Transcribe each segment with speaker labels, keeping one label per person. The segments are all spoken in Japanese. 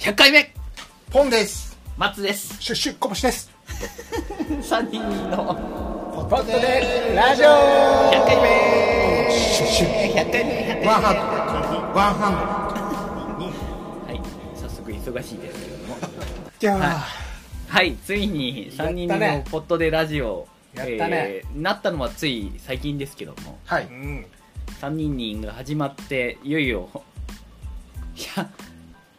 Speaker 1: 100回目
Speaker 2: ポンです
Speaker 1: 松です
Speaker 2: シュッシュッこぼしです
Speaker 1: 3人の
Speaker 2: ポッドでラジオ100
Speaker 1: 100回目
Speaker 2: シュッシュッ
Speaker 1: 100回目100回目
Speaker 2: ワンハンドワンハン
Speaker 1: はい早速忙しいですけれども
Speaker 2: ドじゃあ、
Speaker 1: はいついに3人
Speaker 3: やった
Speaker 1: の
Speaker 3: ね
Speaker 1: ポットでラジオ
Speaker 3: やった
Speaker 1: え
Speaker 3: ね
Speaker 1: ーなったのはつい最近ですけども
Speaker 2: はい、
Speaker 3: うん、
Speaker 1: 3人が始まっていよいよいや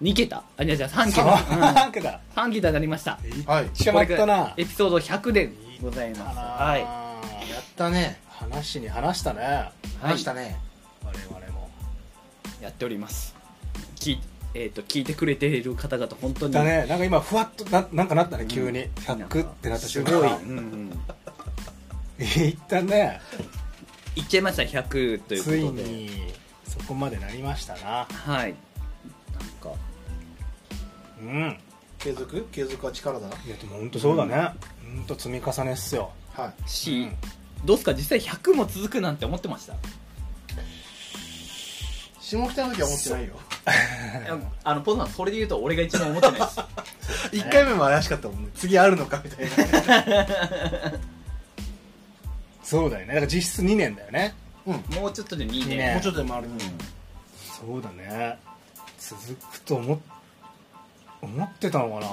Speaker 1: 2桁あいやじゃあ3
Speaker 3: そう
Speaker 1: 桁
Speaker 3: なんか
Speaker 1: うん3桁になりました
Speaker 2: はい、
Speaker 3: しまった
Speaker 1: これ
Speaker 3: な
Speaker 1: がエピソード100でございますは
Speaker 3: はい
Speaker 2: やったね
Speaker 3: 話に話したね
Speaker 2: 話したね、
Speaker 3: 我々も
Speaker 1: いやっております聞い,、えー、と聞いてくれている方々本当に
Speaker 3: だねなんか今ふわっとななんかなったね急に、
Speaker 1: うん
Speaker 3: 100ってなった
Speaker 1: す
Speaker 3: 瞬
Speaker 1: ごい、
Speaker 3: 間
Speaker 1: うんうん、
Speaker 3: いったね
Speaker 1: いっちゃいました100ということ
Speaker 3: つ
Speaker 1: で
Speaker 3: いにそこまでなりましたな
Speaker 1: はいなんか
Speaker 3: うん
Speaker 2: 継続継続は力だない
Speaker 3: やでも本当そうだね本当積み重ねっすよ
Speaker 2: はい
Speaker 1: し、
Speaker 3: うん
Speaker 1: どうすか実際100も続くなんて思ってま した、
Speaker 2: 下北の時は思ってない よ
Speaker 1: いやあのポンさんそれで言うと俺が一番思ってないです
Speaker 2: 1回目も怪しかったもんね 次あるのかみたい な
Speaker 3: そうだよねだから実質2年だよね
Speaker 1: もうちょっとで2
Speaker 3: いい
Speaker 1: 年
Speaker 3: ね
Speaker 2: もうちょっとでもあるね、
Speaker 3: そうだね続くと思っ思ってたのかな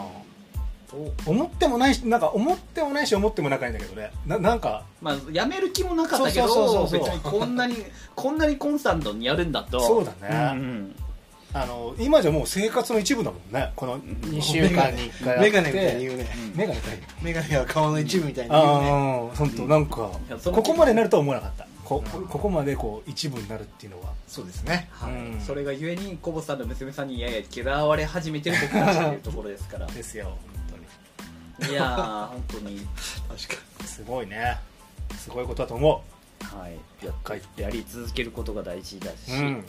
Speaker 3: 思ってもないしなんか思ってもないし思ってもないんだけどねななんか
Speaker 1: まあやめる気もなかったけど
Speaker 3: そうそうそうそう
Speaker 1: 別にこんなにこんなにコンスタントにやるんだと
Speaker 3: そうだね
Speaker 1: ん
Speaker 3: あの今じゃもう生活の一部だもんねこの2週間に1回
Speaker 2: メガネみたいに言うね
Speaker 1: うん
Speaker 3: メガネかい
Speaker 2: メガネは顔の一部みたいに言うね
Speaker 3: ああ本当なんか
Speaker 1: いやその
Speaker 3: ここまでなるとは思わなかったこ
Speaker 2: うん
Speaker 3: ここまでこう一部になるっていうのは
Speaker 2: そうですね
Speaker 1: はい
Speaker 3: うん
Speaker 1: それがゆえにコボさんの娘さんにやや嫌われ始めてる僕たちというところですから
Speaker 3: ですよ 本
Speaker 1: いやー本当に
Speaker 2: 確か
Speaker 3: 当にすごいねすごいことだと思
Speaker 1: はい、や
Speaker 3: 100回
Speaker 1: やり続けることが大事だし、
Speaker 3: ううん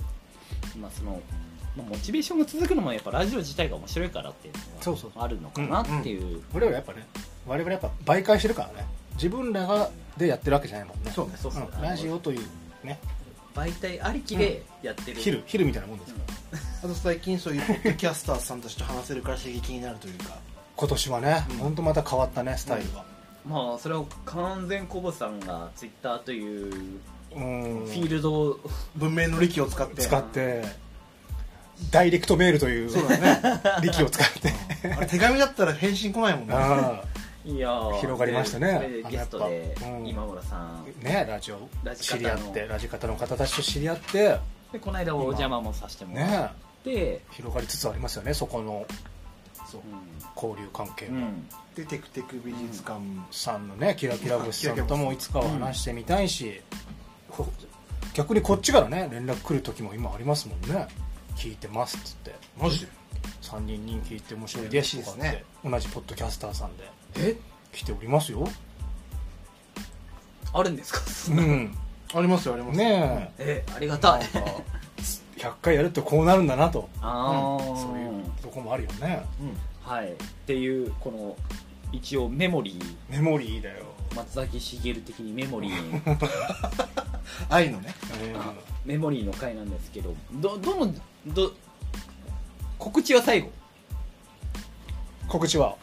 Speaker 1: まあそのまあ、モチベーションが続くのもやっぱラジオ自体が面白いからっていう
Speaker 3: そう
Speaker 1: の
Speaker 3: そう
Speaker 1: はあるのかなっていう
Speaker 3: 俺らやっぱね我々やっぱ媒介してるからね自分らがでやってるわけじゃないもんね
Speaker 2: そうね
Speaker 1: そうそう
Speaker 3: うんラジオというね
Speaker 1: 媒体ありきでやってる、
Speaker 3: 昼昼みたいなもんで
Speaker 1: う
Speaker 3: すよ
Speaker 1: ん
Speaker 2: あと最近そういうポッドキャスターさんたちと話せるから刺激になるというか
Speaker 3: 今年はね
Speaker 2: うん
Speaker 3: 本当また変わったねスタイルが
Speaker 1: まあそれを完全コボさんがツイッターという
Speaker 3: うん
Speaker 1: フィールドを、
Speaker 2: 文明の力を使って
Speaker 3: 使ってダイレクトメールという
Speaker 2: そうだね
Speaker 3: 力を使って
Speaker 2: あれ手紙だったら返信来ないもんね
Speaker 3: あ
Speaker 1: いやー
Speaker 3: 広がりましたね
Speaker 1: でで
Speaker 3: あの
Speaker 1: ゲストで
Speaker 3: やっぱうん
Speaker 1: 今村さん、
Speaker 3: あねラジオ
Speaker 1: ラジカタ
Speaker 3: 知り合
Speaker 1: の
Speaker 3: ってラジカタの方たちと知り合って
Speaker 1: でこの間お邪魔もさせてもらっ
Speaker 3: ね
Speaker 1: て、
Speaker 3: 広がりつつありますよねそこの
Speaker 1: う
Speaker 3: 交流関係
Speaker 1: ん、う
Speaker 3: も
Speaker 1: ん
Speaker 2: でテクテク美術館、
Speaker 3: さんのねキラキラ星さんともいつかは話してみたいしこ逆にこっちからね連絡来る時も今ありますもんね聞いてますっつって
Speaker 2: マジで
Speaker 3: 3人人聞いて面白いですとかっ
Speaker 2: 嬉しい
Speaker 3: て同じポッドキャスターさんで
Speaker 2: え
Speaker 3: 来ておりますよ
Speaker 1: あるんですか、
Speaker 3: うん
Speaker 2: ありますよありますよ
Speaker 3: ね
Speaker 1: えありが
Speaker 3: えな
Speaker 1: た
Speaker 3: ん
Speaker 1: い
Speaker 3: か100回やるとこうなるんだなと
Speaker 1: ああ、
Speaker 3: そういうとこもあるよね
Speaker 2: うん
Speaker 1: はい、っていうこの一応メモリー
Speaker 3: メモリーだよ、
Speaker 1: 松崎しげる的にメモリー
Speaker 2: 愛のね
Speaker 1: あメモリーの回なんですけどどどのど告知は最後
Speaker 3: 告知は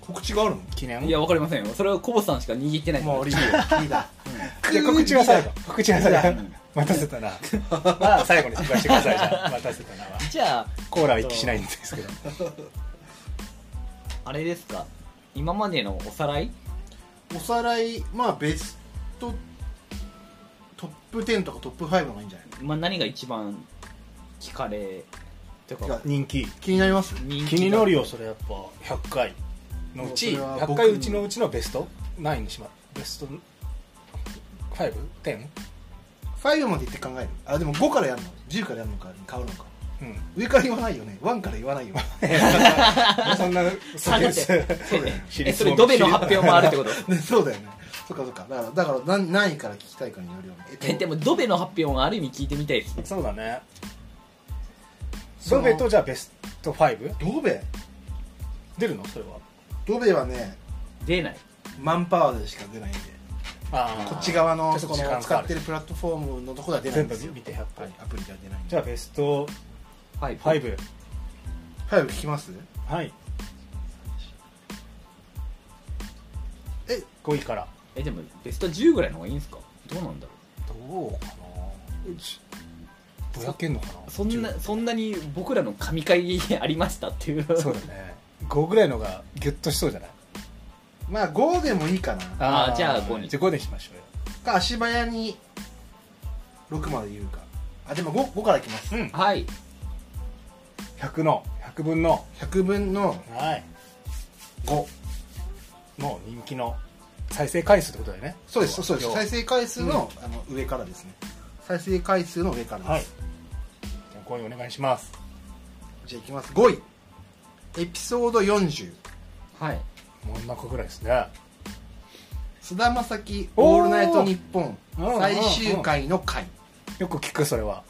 Speaker 2: 告知が あるの
Speaker 3: 記念
Speaker 1: いやわかりませんよそれはコボさんしか握ってない
Speaker 2: まあ俺いいよいいだ
Speaker 3: いや告知は最後
Speaker 2: い
Speaker 3: 告知は最後
Speaker 1: うん
Speaker 3: 待たせたなまあ最後に紹介してくださいじゃあ待たせたなは
Speaker 1: じゃあ
Speaker 3: コーラは一気しないんですけど
Speaker 1: あれですか今までのおさらい
Speaker 2: おさらいまあベストトップ10とかトップ5の方がいいんじゃない
Speaker 1: まあ何が一番聞かれて
Speaker 2: い
Speaker 1: か
Speaker 2: や
Speaker 3: 人気
Speaker 2: 気になります
Speaker 1: 人
Speaker 3: 気
Speaker 1: 気
Speaker 3: になる
Speaker 1: よ
Speaker 3: よそれやっぱ100回のうち
Speaker 2: それは
Speaker 3: 100
Speaker 2: 僕
Speaker 3: 回うちのうちのベスト9にしまベスト 5?10?
Speaker 2: 5までいって考えるあでも5からやるの10からやるのか変わるのか
Speaker 3: うん
Speaker 2: 上から言わないよね1から言わないよ
Speaker 3: そんなそ
Speaker 1: あ
Speaker 3: う
Speaker 1: だ
Speaker 3: で
Speaker 1: っ
Speaker 3: す
Speaker 1: て
Speaker 3: 私立
Speaker 1: えそれドベの発表もあるってこと
Speaker 2: ねそうだよねそっかそっかだからだから何何位から聞きたいかによるよねえっと
Speaker 1: えでもドベの発表もある意味聞いてみたいです
Speaker 3: そうだね
Speaker 2: そ
Speaker 3: ロ
Speaker 2: の
Speaker 3: ベとじゃあベスト 5?
Speaker 2: ドベ
Speaker 3: 出るのそれは
Speaker 2: ドベはね
Speaker 1: 出ない
Speaker 2: マンパワーでしか出ないんで
Speaker 3: あー
Speaker 2: こっち側の
Speaker 3: じゃあ
Speaker 2: こ
Speaker 3: そっち側
Speaker 2: の
Speaker 3: の
Speaker 2: 使ってるプラットフォームのとこでは出ないんです
Speaker 3: 全
Speaker 2: よ
Speaker 3: 部見て100
Speaker 2: はいアプリでは出ないんで
Speaker 3: じゃあベスト
Speaker 1: はい
Speaker 3: 5
Speaker 2: 早く聞きます
Speaker 3: はい
Speaker 2: え
Speaker 3: 5位から
Speaker 1: えでもベスト10ぐらいの方がいいんですかどうなんだろ
Speaker 3: どうかなうちぼやけんのかな
Speaker 1: うそんなそんなに僕らの神回ありましたっていう
Speaker 3: そうだね5ぐらいのがギュッとしそうじゃない
Speaker 2: まあ5でもいいかな
Speaker 1: あー
Speaker 3: ー
Speaker 1: じゃあ5に
Speaker 3: じゃあ5でしましょうよ
Speaker 2: か足早に6まで言うかあでも 5, 5からいきます、うん、
Speaker 1: はい
Speaker 3: 100の100分の
Speaker 2: 100分の
Speaker 3: はい
Speaker 2: 5
Speaker 3: 5の人気の再生回数ってことだよね
Speaker 2: そうですそうです
Speaker 3: 要は
Speaker 2: 再生回数の,、あの上からですね再生回数の上からです、
Speaker 3: はいじゃあ5位お願いします
Speaker 2: じゃあいきます5位エピソード40
Speaker 1: はい
Speaker 3: 真ん中ぐらいですね
Speaker 2: 菅田将暉「
Speaker 3: おー
Speaker 2: オールナイトニッポン
Speaker 3: うん」
Speaker 2: 最終回の回
Speaker 3: よく聞くそれは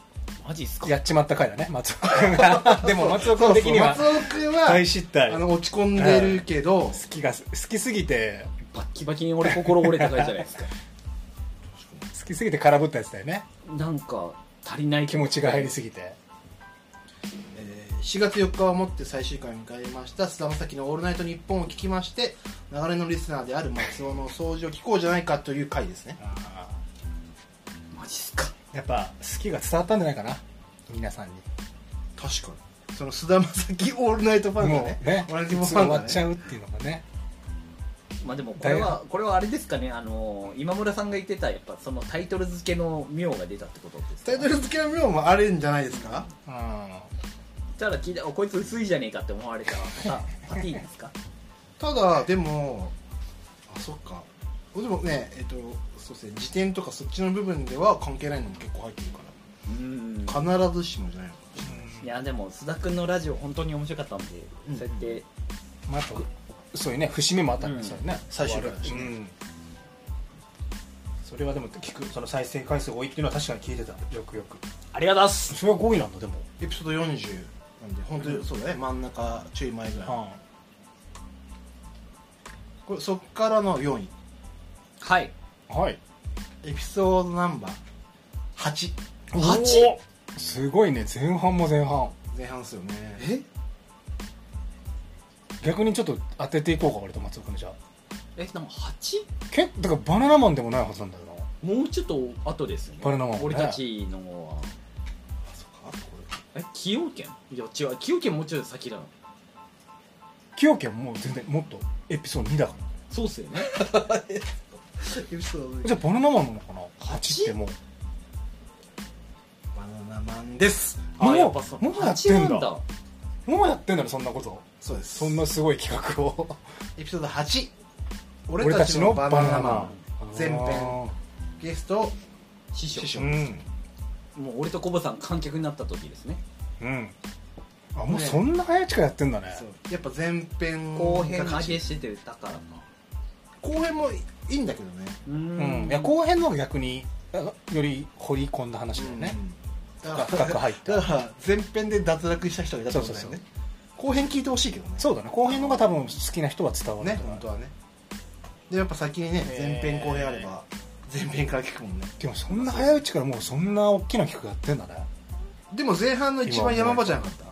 Speaker 1: マジっすか
Speaker 3: やっちまった回だね松尾君が でも松尾君的には
Speaker 2: そうそう松尾君
Speaker 3: 大
Speaker 2: は
Speaker 3: 失態
Speaker 2: あ
Speaker 3: 好
Speaker 2: の落ち込んでるけど
Speaker 3: きが好きすぎて
Speaker 1: バッキバキに俺心折れた回じゃないですか
Speaker 3: 好きすぎて空振ったやつだよね
Speaker 1: なんか足りない
Speaker 3: 気持ちが入りす
Speaker 1: ぎ
Speaker 3: ぎて
Speaker 2: えー4月4日をもって最終回を迎えました菅田将暉の「オールナイトニッポン」を聞きまして流れのリスナーである松尾の掃除を聞こうじゃないかという回ですね
Speaker 3: あ
Speaker 1: マジっすか
Speaker 3: ーやっぱ好きが伝わったんじゃないかな皆さんに
Speaker 2: 確かにその菅田将暉オールナイトファンが
Speaker 3: も
Speaker 2: ね
Speaker 3: うね
Speaker 2: 同じ
Speaker 3: い
Speaker 2: も
Speaker 3: つも
Speaker 2: フ
Speaker 3: 終
Speaker 2: ァン
Speaker 3: わ
Speaker 2: が
Speaker 3: っちゃ
Speaker 2: ね
Speaker 3: うっていうのがね
Speaker 1: まあでもこれはこれはあれですかねあの今村さんが言ってたやっぱそのタイトル付けの妙が出たってことですか
Speaker 2: タイトル付けの妙もあるんじゃないですか
Speaker 3: う
Speaker 1: ただ聞いたこいつ薄いじゃねえかって思われた パパティですか
Speaker 2: ただでもあそっかでもねえっとそうですね辞典とかそっちの部分では関係ないのも結構入ってるか
Speaker 1: うん
Speaker 2: ら必ずしもじゃないのか
Speaker 3: ん
Speaker 1: いやでも須田君のラジオ本当に面白かったんで、
Speaker 2: うん
Speaker 1: そうやって
Speaker 3: まあ、あとそういうね節目もあったんですよね、
Speaker 2: 最終回だしね
Speaker 3: うんそれはでも聞くその再生回数多いっていうのは確かに聞いてたよくよく
Speaker 1: ありがとうございます
Speaker 3: それは5位なんだでも、
Speaker 2: エピソード40なんで本当にそうだね真ん中ちょい前ぐらいこれそっからの4位
Speaker 1: はい
Speaker 3: はい
Speaker 2: エピソードナンバー8
Speaker 1: 8
Speaker 3: おすごいね前半も前半
Speaker 2: 前半ですよね
Speaker 1: え
Speaker 3: 逆にちょっと当てていこうか俺と松尾君じゃあ
Speaker 1: えでも 8?
Speaker 3: けだからバナナマンでもないはずなんだよな
Speaker 1: もうちょっと後ですね
Speaker 3: バナナマンね
Speaker 1: 俺たちのは
Speaker 2: あそっかあとこ
Speaker 1: え崎陽軒いや違う崎陽軒もうちょっと先だな
Speaker 3: 清家はもう全然もっとエピソード2だか
Speaker 1: そうっすよね
Speaker 2: れエピソー
Speaker 3: ら
Speaker 2: ド
Speaker 3: じゃあバナナマンなのかな8ってもう
Speaker 2: バナナマンです
Speaker 3: も
Speaker 1: あ
Speaker 3: う
Speaker 1: やっぱそう
Speaker 3: もうやってんだ
Speaker 1: 八なんだ
Speaker 3: もうやってんだろそんなこと
Speaker 2: そうです
Speaker 3: そんなすごい企画を
Speaker 2: エピソード8俺たちのバナナマン前編ゲスト
Speaker 1: 師匠
Speaker 2: 師匠
Speaker 3: うん
Speaker 1: もう俺とコバさん観客になった時ですね
Speaker 3: うんあもうそんな早い時からやってんだね
Speaker 2: そうやっぱ前編
Speaker 1: 後編上げ
Speaker 2: 後
Speaker 1: してたからか
Speaker 2: 編もいいんだけどね
Speaker 1: う
Speaker 3: うん
Speaker 1: ん
Speaker 3: いや後編の方が逆にあより掘り込んだ話だよね
Speaker 2: うん
Speaker 3: 深く深く入った
Speaker 2: だから前編で脱落した人がいたってことだよね
Speaker 3: そう
Speaker 2: 後編聞いてほしいけどね
Speaker 3: そうだね後編の方が多分好きな人は伝わる
Speaker 2: ね
Speaker 3: と思
Speaker 2: 本
Speaker 3: う
Speaker 2: 当はねでやっぱ先にね
Speaker 3: へー
Speaker 2: 前編後編あれば前編から聞くもんね
Speaker 3: でもそんな早いうちからもうそんな大きな企画やってんだね
Speaker 2: でも前半の一番山場じゃなかった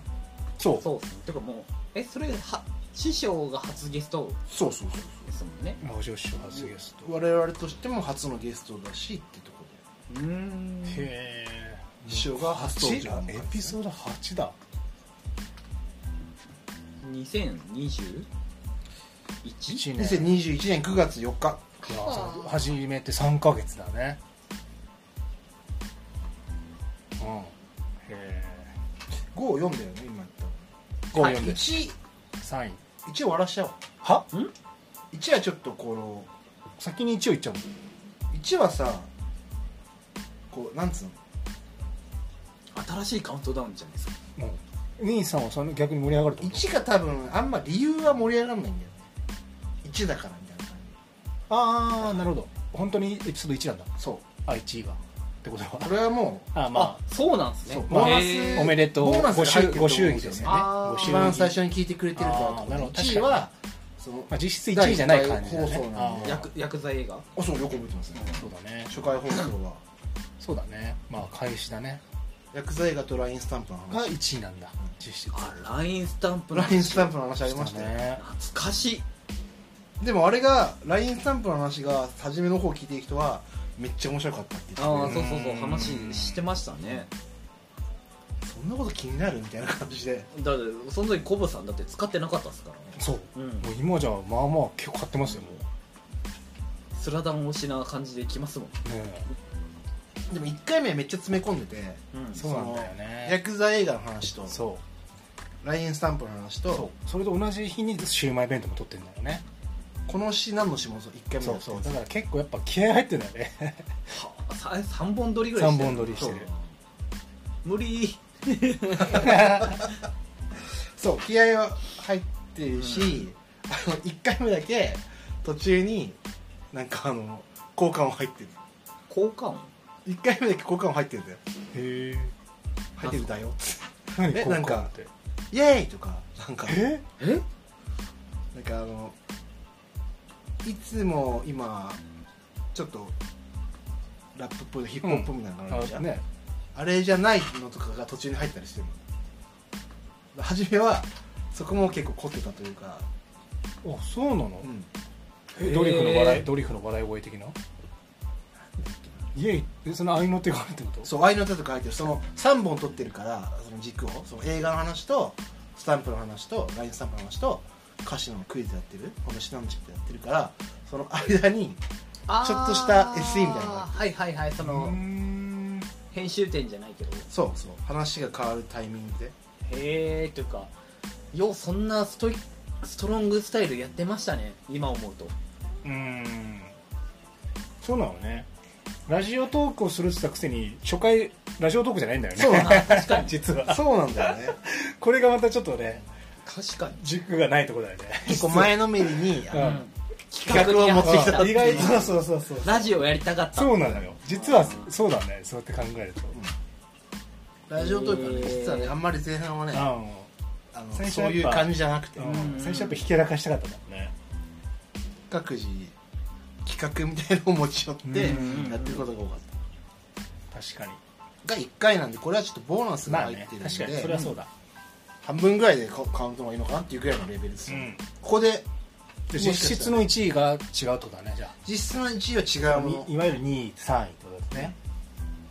Speaker 3: そう
Speaker 1: そうっすねてかもうえそれは師匠が初ゲスト
Speaker 2: そうそうそう
Speaker 1: ですもんね
Speaker 3: ラジオショー初ゲスト
Speaker 2: 我々としても初のゲストだしってとこ
Speaker 1: うん
Speaker 3: へえ
Speaker 2: で師匠が初登場
Speaker 3: エピソード8だ
Speaker 1: 2021
Speaker 3: 1
Speaker 2: 2021年9月4日
Speaker 3: いやそう初めて3ヶ月だねうんへ
Speaker 2: 54だよね今
Speaker 3: え
Speaker 2: 言
Speaker 3: 54
Speaker 2: った
Speaker 3: で
Speaker 2: 1
Speaker 3: 3位
Speaker 2: 一終わらしちゃおう
Speaker 3: は
Speaker 2: 1はちょっとこの
Speaker 3: 先に一応いっちゃう
Speaker 2: 1はさこうなんつうの
Speaker 1: 新しいカウントダウンじゃないですか
Speaker 3: もんもう兄さんはその逆に盛り上がるってこと
Speaker 2: 1が多分あんま理由は盛り上がんないんだよね1だからみたいな感
Speaker 3: ああなるほど本当にエピソード1なんだ
Speaker 2: じそ
Speaker 3: あ1位がってこと
Speaker 2: う
Speaker 3: は
Speaker 2: これはもう
Speaker 3: あーま
Speaker 1: そうなんです
Speaker 2: そう
Speaker 1: ね
Speaker 3: まあ
Speaker 2: ボー
Speaker 1: へ
Speaker 2: ナ
Speaker 3: あ
Speaker 2: ス
Speaker 1: ー
Speaker 3: おめでとう
Speaker 2: ボーナス
Speaker 3: ご
Speaker 2: が入
Speaker 3: 祝
Speaker 2: ってると
Speaker 3: ご
Speaker 2: 思うんですよ
Speaker 3: 祝儀ですよね
Speaker 1: あー
Speaker 3: ご
Speaker 2: 一
Speaker 3: 祝
Speaker 2: 番
Speaker 3: 儀
Speaker 2: 最初に聞いてくれてるから
Speaker 3: あーなるほど
Speaker 2: 1位はその
Speaker 3: まあ、実質1位じゃない感じだ
Speaker 2: 第一回放
Speaker 3: ね
Speaker 2: 送なん
Speaker 3: あ
Speaker 2: で
Speaker 3: ー
Speaker 1: 薬薬剤映画
Speaker 2: あそうよく覚えてますね
Speaker 3: そうだね
Speaker 2: 初回放送は
Speaker 3: そうだねまあ開始だね
Speaker 2: 薬剤映画とラインスタンプの
Speaker 3: が
Speaker 2: 話
Speaker 3: 1位なんだ実質
Speaker 1: あ LINE スタンプの話
Speaker 2: LINE スタンプの話ありましたよ
Speaker 3: ね
Speaker 1: 懐かしい
Speaker 2: でもあれが LINE スタンプの話が初めの方聞いてる人はめっちゃ面白かったって言
Speaker 1: あ
Speaker 2: っ
Speaker 1: あ
Speaker 2: て
Speaker 1: そうそうそう
Speaker 3: うん
Speaker 1: 話してましたね
Speaker 2: てそんなこと気になるみたいな感じで
Speaker 1: だってその時コブさんだって使ってなかったですからね
Speaker 3: そう
Speaker 1: うん
Speaker 3: もう今じゃまあまあ結構買ってますよも
Speaker 1: スラダン推しな感じできますもん、
Speaker 3: うねえ
Speaker 2: でも1回目はめっちゃ詰め込んでて
Speaker 1: うん
Speaker 3: そうなんだよね
Speaker 2: ヤクザ映画の話と
Speaker 3: そう
Speaker 2: LINE スタンプの話と
Speaker 3: そうそれと同じ日にシウマイ弁当も取ってんだよね
Speaker 2: この詩何の詩もそう1回目
Speaker 3: そ
Speaker 2: の
Speaker 3: う
Speaker 2: やつ
Speaker 3: そうだから結構やっぱ気合入ってんだよ ね
Speaker 1: はあさ3本撮りぐらい
Speaker 3: 三本撮りしてる
Speaker 1: そう無理
Speaker 2: そう気合は入ってるし、あの1回目だけ途中になんかあの交換音入ってる
Speaker 1: 効果音
Speaker 2: 1回目だけ交換音入ってるんだよ
Speaker 3: へえ
Speaker 2: 入ってるんだよ
Speaker 3: 何
Speaker 2: え
Speaker 3: こう
Speaker 2: なんか
Speaker 3: こうって
Speaker 2: イエーイとかなんか
Speaker 3: え
Speaker 1: え
Speaker 2: なんかあのいつも今ちょっとラップっぽいのヒップホップみたいなのあるじゃ
Speaker 3: あ
Speaker 2: ん、
Speaker 3: ね
Speaker 2: あれじゃないのとかが途中に入ったりしてるの初めはそこも結構凝ってたというか、
Speaker 3: あそうなの
Speaker 2: うん、
Speaker 3: えドリフの笑
Speaker 1: え
Speaker 3: い
Speaker 1: ー
Speaker 3: ドリフの笑い声的なイエイえその合いの手があるってこと
Speaker 2: そう愛の手とか入ってるその3本撮ってるからその軸をその映画の話とスタンプの話と LINE スタンプの話と歌詞のクイズやってるこの詩のチップやってるからその間に
Speaker 1: あー
Speaker 2: ちょっとした SE みたいな
Speaker 1: はいはいはいそう
Speaker 3: ー
Speaker 1: の
Speaker 3: ん
Speaker 1: 編集点じゃないけど
Speaker 2: そうそう話が変わるタイミングで
Speaker 1: へえというかようそんなストイストロングスタイルやってましたね今思うと
Speaker 3: うーんそうなのねラジオトークをするって言ったくせに初回ラジオトークじゃないんだよね
Speaker 2: そう
Speaker 1: あ確かに
Speaker 3: 実は
Speaker 2: そうなんだよね
Speaker 3: これがまたちょっとね
Speaker 1: 確かに
Speaker 3: 軸がないところだよね
Speaker 2: 結構前のめりに
Speaker 3: うん
Speaker 1: 企画を持
Speaker 2: 持
Speaker 1: っ
Speaker 2: ってて
Speaker 1: き
Speaker 2: き
Speaker 1: た
Speaker 2: た
Speaker 3: 意外とそうそうそうそう
Speaker 1: ラジオやりたかった
Speaker 3: そうなのよ実はそうだねそうやって考えると
Speaker 2: ラジオトークはね
Speaker 1: へー
Speaker 2: 実はねあんまり前半はねあの
Speaker 3: 最初
Speaker 2: そ
Speaker 3: は
Speaker 2: うい
Speaker 3: や
Speaker 2: う
Speaker 3: っぱ
Speaker 2: 感じじゃなくて
Speaker 3: うん
Speaker 1: ん
Speaker 3: 最初やっぱひけらかしたかったもんね
Speaker 2: 各自企画みたいのを持ち寄って
Speaker 3: うん
Speaker 2: やってることが多かっ
Speaker 3: 確かに
Speaker 2: たが1回なんでこれはちょっとボーナスが
Speaker 3: まあ
Speaker 2: 入っ
Speaker 3: ね
Speaker 2: てるん
Speaker 3: 確かにそれ
Speaker 2: で
Speaker 3: はそうだ
Speaker 2: 半分ぐらいでカカウントがいいのかなっていうぐらいのレベルですよ
Speaker 3: うん
Speaker 2: ここで
Speaker 3: で実質の1位が違うってことだねじゃ
Speaker 2: 実質の1位
Speaker 3: あ
Speaker 2: は違うも
Speaker 3: いわゆる2位3位ってことですね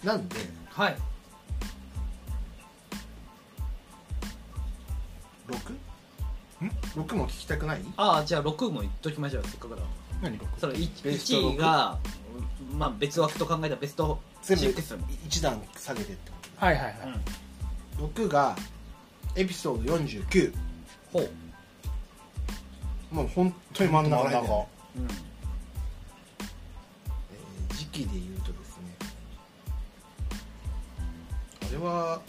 Speaker 2: のなんで
Speaker 1: はい
Speaker 2: 6?6 も聞きたくない
Speaker 1: ああじゃあ6も言っときましょうせっかくだから
Speaker 3: 何6
Speaker 1: その 1,
Speaker 2: ベスト六
Speaker 1: 位が、まあ、別枠と考えたらベスト
Speaker 2: 全部
Speaker 1: 6も、
Speaker 2: 1段下げてってこ
Speaker 3: はいはいはい
Speaker 1: うん、
Speaker 2: と6がエピソード49
Speaker 1: ほう、
Speaker 2: もう本当に真ん中らへんだよね
Speaker 1: うん、
Speaker 2: えー時期で言うとですねあれは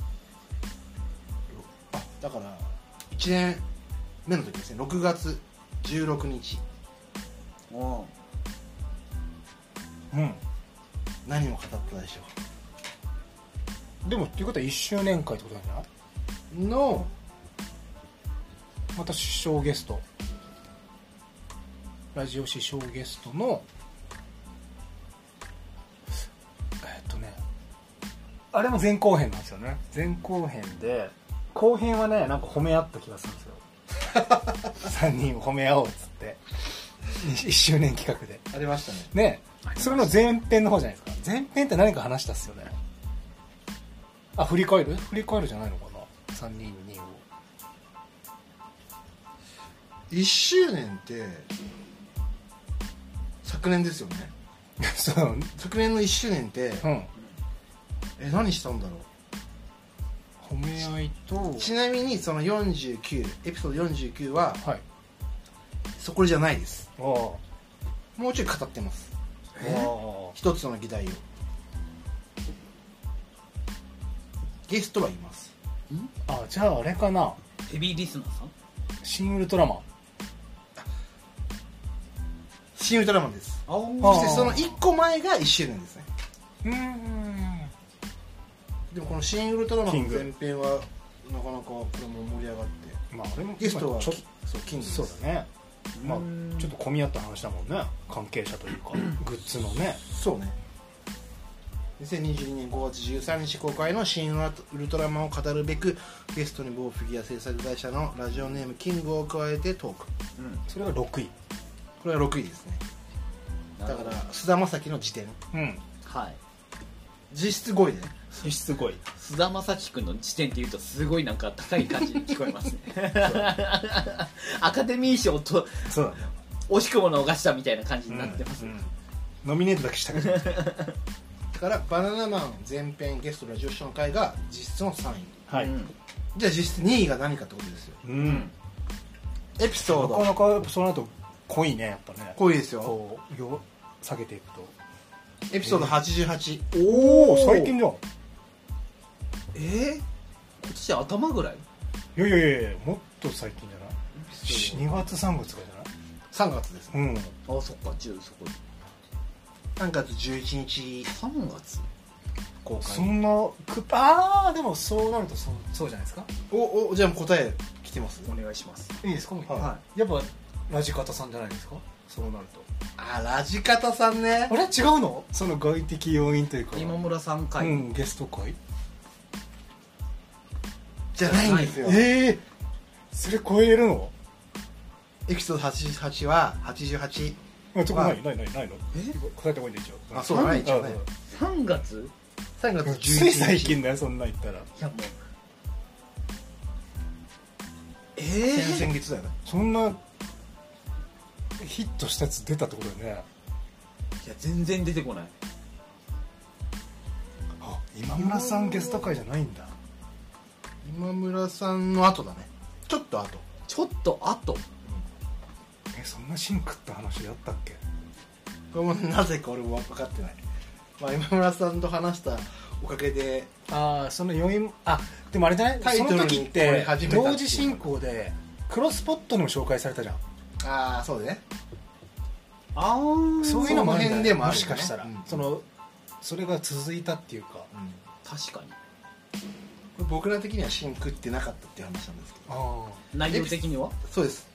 Speaker 2: あだから1年目の時ですね6月16日
Speaker 1: お
Speaker 3: う
Speaker 2: 何を語ったでしょ
Speaker 3: んでもっていうことは1周年会ってことなんじゃないう
Speaker 2: の
Speaker 3: また師匠ゲストラジオ師匠ゲストのえっとねあれも前後編なんですよね前後編で後編はねなんか褒め合った気がするんです よ3人を褒め合おうっつって1周年企画で
Speaker 2: ありましたね
Speaker 3: ね
Speaker 1: ありました
Speaker 3: それの前編の方じゃないですか前編って何か話したっすよねあ振り返る振り返るじゃないのかな3人2を
Speaker 2: 1周年って昨年ですよね
Speaker 3: そう
Speaker 2: 昨年の1周年って
Speaker 3: うん
Speaker 2: え何したんだろう
Speaker 3: 褒め合いと
Speaker 2: ちなみにその49エピソード49は
Speaker 3: はい
Speaker 2: そこじゃないです
Speaker 3: ああ
Speaker 2: もうちょい語ってます
Speaker 3: あ
Speaker 2: 一つの議題をゲストはいます
Speaker 3: ああじゃああれかな
Speaker 1: ヘビーリスナーさん
Speaker 3: 「シン・ウルトラマン
Speaker 2: シン・ウルトラマンです
Speaker 1: あ
Speaker 3: あ
Speaker 2: そ
Speaker 1: ー
Speaker 2: してその1個前が1周年ですね」
Speaker 3: うーん
Speaker 2: でもこの「シン・ウルトラマ
Speaker 3: キン
Speaker 2: ン」の
Speaker 3: グ
Speaker 2: 前編はなかなかこれも盛り上がって
Speaker 3: まああれも
Speaker 2: ゲストは
Speaker 3: まあちょっ
Speaker 2: そうキングです
Speaker 3: そうだねま
Speaker 1: うーん
Speaker 3: あちょっと混み合った話だもんね関係者というかグッズのね
Speaker 2: そうね2022年5月13日公開の新ウルトラマンを語るべくゲストに某フィギュア制作会社のラジオネームキングを加えてトーク
Speaker 1: うん
Speaker 3: それが6位
Speaker 2: これは6位ですねだ
Speaker 1: なる
Speaker 2: か
Speaker 1: ほど
Speaker 2: ら菅田将暉の辞典
Speaker 3: うん
Speaker 1: はい
Speaker 2: 実質5位でね
Speaker 3: 輸出5位
Speaker 1: 菅田将暉君の時点で言うとすごいなんか高い感じに聞こえますねアカデミー賞と
Speaker 3: そうだね
Speaker 1: 惜しくも逃したみたいな感じになってます、
Speaker 3: うんうんノミネートだけしたけど
Speaker 2: だからバナナマン前編ゲストラジオショーの会が実質の3位
Speaker 3: はい、
Speaker 1: う
Speaker 3: うんん
Speaker 2: じゃあ実質2位が何かってことですよエピソ
Speaker 3: な
Speaker 2: ー
Speaker 3: か
Speaker 2: ド
Speaker 3: なかその後濃いねやっぱね
Speaker 2: 濃いですよ
Speaker 3: こうよ下げていくと
Speaker 2: エピソード88
Speaker 3: おお最近じゃん
Speaker 1: えー、今年頭ぐらい
Speaker 3: いやいやいやいやもっと最近じゃない2月3月とか
Speaker 2: 3月ですね
Speaker 3: じゃないうん
Speaker 1: あそっか10そこ
Speaker 2: 3月11日
Speaker 1: 3月
Speaker 2: 公
Speaker 3: そ
Speaker 2: 開
Speaker 3: んなくああでもそうなるとそうそうじゃないですか
Speaker 2: おおじゃあもう答え来てます
Speaker 1: お願いします
Speaker 3: いいですかもう
Speaker 1: は
Speaker 3: やっぱラジカタさんじゃないですかそうなると
Speaker 2: あラジカタさんね
Speaker 3: あれ違うのその外的要因というか
Speaker 1: 今村さん
Speaker 3: う
Speaker 1: 回、
Speaker 3: んゲスト会
Speaker 2: じゃないんですよ
Speaker 3: ええそれ超えれるの
Speaker 2: エピソード88は88
Speaker 3: あそこ
Speaker 2: は
Speaker 3: ないいないないないの
Speaker 1: え
Speaker 3: 答えた方がいいんで一応
Speaker 2: あそうだね
Speaker 3: ん
Speaker 2: 一応ね
Speaker 1: 3月
Speaker 2: 3月
Speaker 3: うん
Speaker 2: 11日
Speaker 3: つい最近だよそんなん言ったら
Speaker 1: いやもうえ
Speaker 2: 先
Speaker 1: ー、
Speaker 2: 々月だよね
Speaker 3: そんなヒットしたやつ出たってことだよね
Speaker 1: いや全然出てこない
Speaker 3: あ今村さんゲスト会じゃないんだ
Speaker 2: 今村さんの後だねちょっと後
Speaker 1: ちょっとあと
Speaker 3: えそんなシンクった話やったっけ
Speaker 2: これもなぜか俺も分かってない、まあ、今村さんと話したおかげで
Speaker 3: ああその余韻もあでもあれじゃない
Speaker 2: タイトル
Speaker 3: そ
Speaker 2: に
Speaker 3: の時っ
Speaker 2: これ
Speaker 3: て
Speaker 2: 初めてだっていう
Speaker 3: 同時進行でクロスポットにも紹介されたじゃん
Speaker 2: ああそうね
Speaker 1: ああ
Speaker 3: そういうのもあるん
Speaker 2: その辺
Speaker 3: だ
Speaker 2: で
Speaker 3: よ
Speaker 2: もあるよね
Speaker 3: しかしたら、
Speaker 2: うん
Speaker 3: そのそれが続いたっていうか
Speaker 2: うん
Speaker 1: 確かに
Speaker 2: これ僕ら的にはシンクってなかったっていう話なんですけど
Speaker 3: あ
Speaker 1: 内容的には
Speaker 2: そうです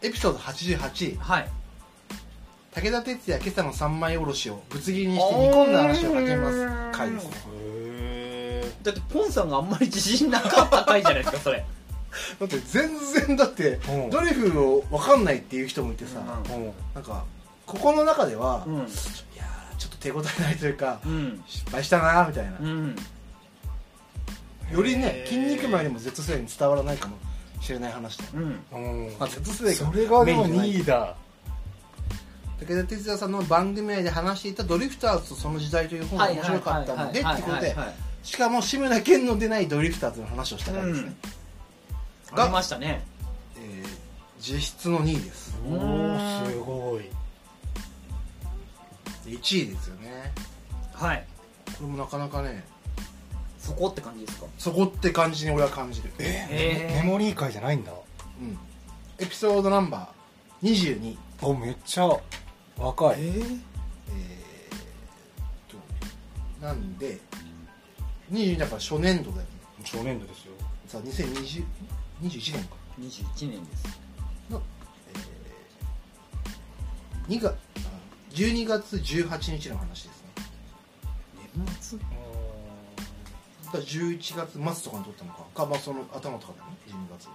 Speaker 2: エピソード88
Speaker 1: はい
Speaker 2: 武田鉄矢今朝の三枚おろしをぶつ切りにして煮込んだ話を始めます回ですね
Speaker 3: へえ
Speaker 1: だってポンさんがあんまり自信なかった回じゃないですかそれ
Speaker 2: だって全然だって
Speaker 3: うん
Speaker 2: ドリフを分かんないっていう人もいてさ、なんかここの中では、
Speaker 1: う
Speaker 2: い
Speaker 1: ん
Speaker 2: やーちょっと手応えないというか、
Speaker 1: うん
Speaker 2: 失敗したなーみたいな、
Speaker 1: うん
Speaker 2: より
Speaker 3: へー
Speaker 2: ね筋肉マンよりも Z 世代に伝わらないかもしれない話だよ、
Speaker 1: うん
Speaker 3: うん
Speaker 2: まあ、Z 世代
Speaker 3: それがでも
Speaker 2: メインじゃない
Speaker 3: 2位だ
Speaker 2: 武田鉄矢さんの番組内で話していた「ドリフターズとその時代」という本が面白かったのでってことでしかも志村けんの出ないドリフターズの話をしたからですね、
Speaker 1: ありましたね
Speaker 2: えー実質の2位です
Speaker 3: おおすごい
Speaker 2: で1位ですよね
Speaker 1: はい
Speaker 2: これもなかなかね
Speaker 1: そこって感じですか
Speaker 2: そこって感じに俺は感じる
Speaker 1: へー
Speaker 3: メモリー会じゃないんだ
Speaker 2: うんエピソードナンバー22
Speaker 3: おめっちゃ若い
Speaker 2: えー、っとなんで22だから初年度だよね
Speaker 3: 少年度ですよ
Speaker 2: さあ2020 21年か
Speaker 1: 21年です
Speaker 2: の、えー、2月あ12月18日の話ですね
Speaker 1: 年末
Speaker 2: だから11月末とかに撮ったのかかまあその頭とかだね12月の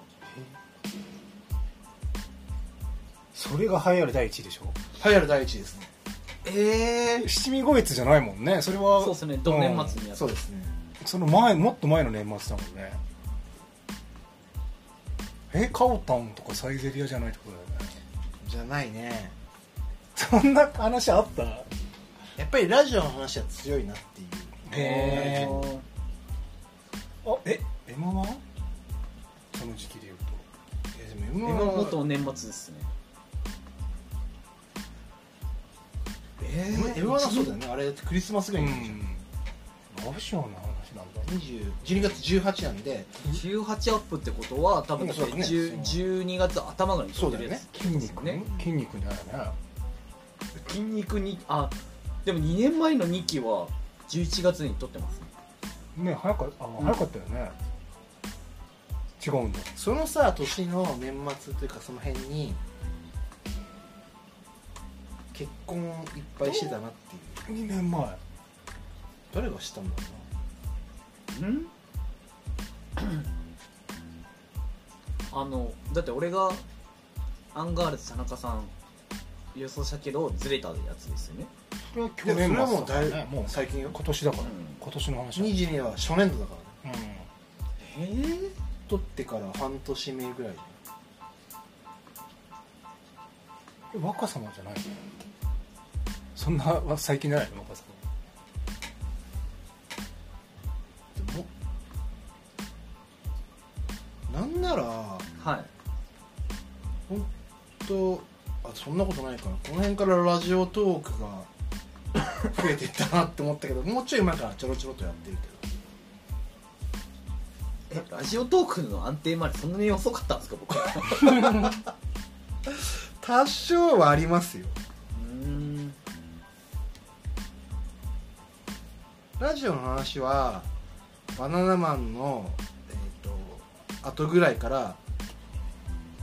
Speaker 3: それが栄えある第1位でしょ
Speaker 2: 流行る第一ですね
Speaker 1: ええ
Speaker 3: 七味五月じゃないもんねそれは
Speaker 1: そうですね同年末にやった
Speaker 2: そうですね
Speaker 3: うんその前もっと前の年末だもんねえカオタンとかサイゼリアじゃないってことだよね
Speaker 2: じゃないね
Speaker 3: そんな話あった
Speaker 2: やっぱりラジオの話は強いなっていう
Speaker 3: へ
Speaker 1: あー
Speaker 3: あえエマはその時期で言うと
Speaker 2: えーでも
Speaker 1: 今
Speaker 2: M1 は
Speaker 1: もっと年末ですねえ
Speaker 2: M1 はそうだよねあれクリスマスぐらいにやるじゃん
Speaker 3: ラブショーの話なんだ
Speaker 2: 20 12月18なんで
Speaker 1: 18アップってことは多分
Speaker 2: うんそうだね
Speaker 1: 10 12月頭ぐらいに撮ってるやつ
Speaker 2: そ
Speaker 3: 筋肉ね筋肉じゃないね
Speaker 1: 筋肉にあでも2年前の2期は11月に撮ってますね
Speaker 3: ね早かあ、
Speaker 1: ん
Speaker 3: 早かったよね違うんだ
Speaker 2: そのさ年の年末というかその辺に結婚いっぱいしてたなっていう
Speaker 3: 2年前
Speaker 2: 誰が知ったんだろ
Speaker 1: ん あのだって俺がアンガールズ田中さん予想したけどずれたやつですよね、
Speaker 3: それは
Speaker 2: う
Speaker 3: 去
Speaker 2: なでそ
Speaker 3: 年
Speaker 2: れは
Speaker 3: 末
Speaker 2: もう
Speaker 3: だ
Speaker 2: だ
Speaker 3: も
Speaker 2: い
Speaker 3: んねもう
Speaker 2: 最近よ
Speaker 3: 今年だから、
Speaker 1: うん
Speaker 3: 今年の話だうん
Speaker 2: 22は初年度だからね
Speaker 1: へえ
Speaker 2: 取ってから半年目ぐらい
Speaker 3: え若様じゃないのそんなは最近じゃないの若様
Speaker 2: でもなんなら
Speaker 1: はい
Speaker 2: 本当あそんなことないかなこの辺からラジオトークが 増えていったなって思ったけどもうちょい前からちょろちょろとやってるけ
Speaker 1: えラジオトークの安定までそんなに遅かったんですか僕う
Speaker 2: ど多少はありますよ
Speaker 1: ーん
Speaker 2: ラジオの話はバナナマンのえっ、と後ぐらいから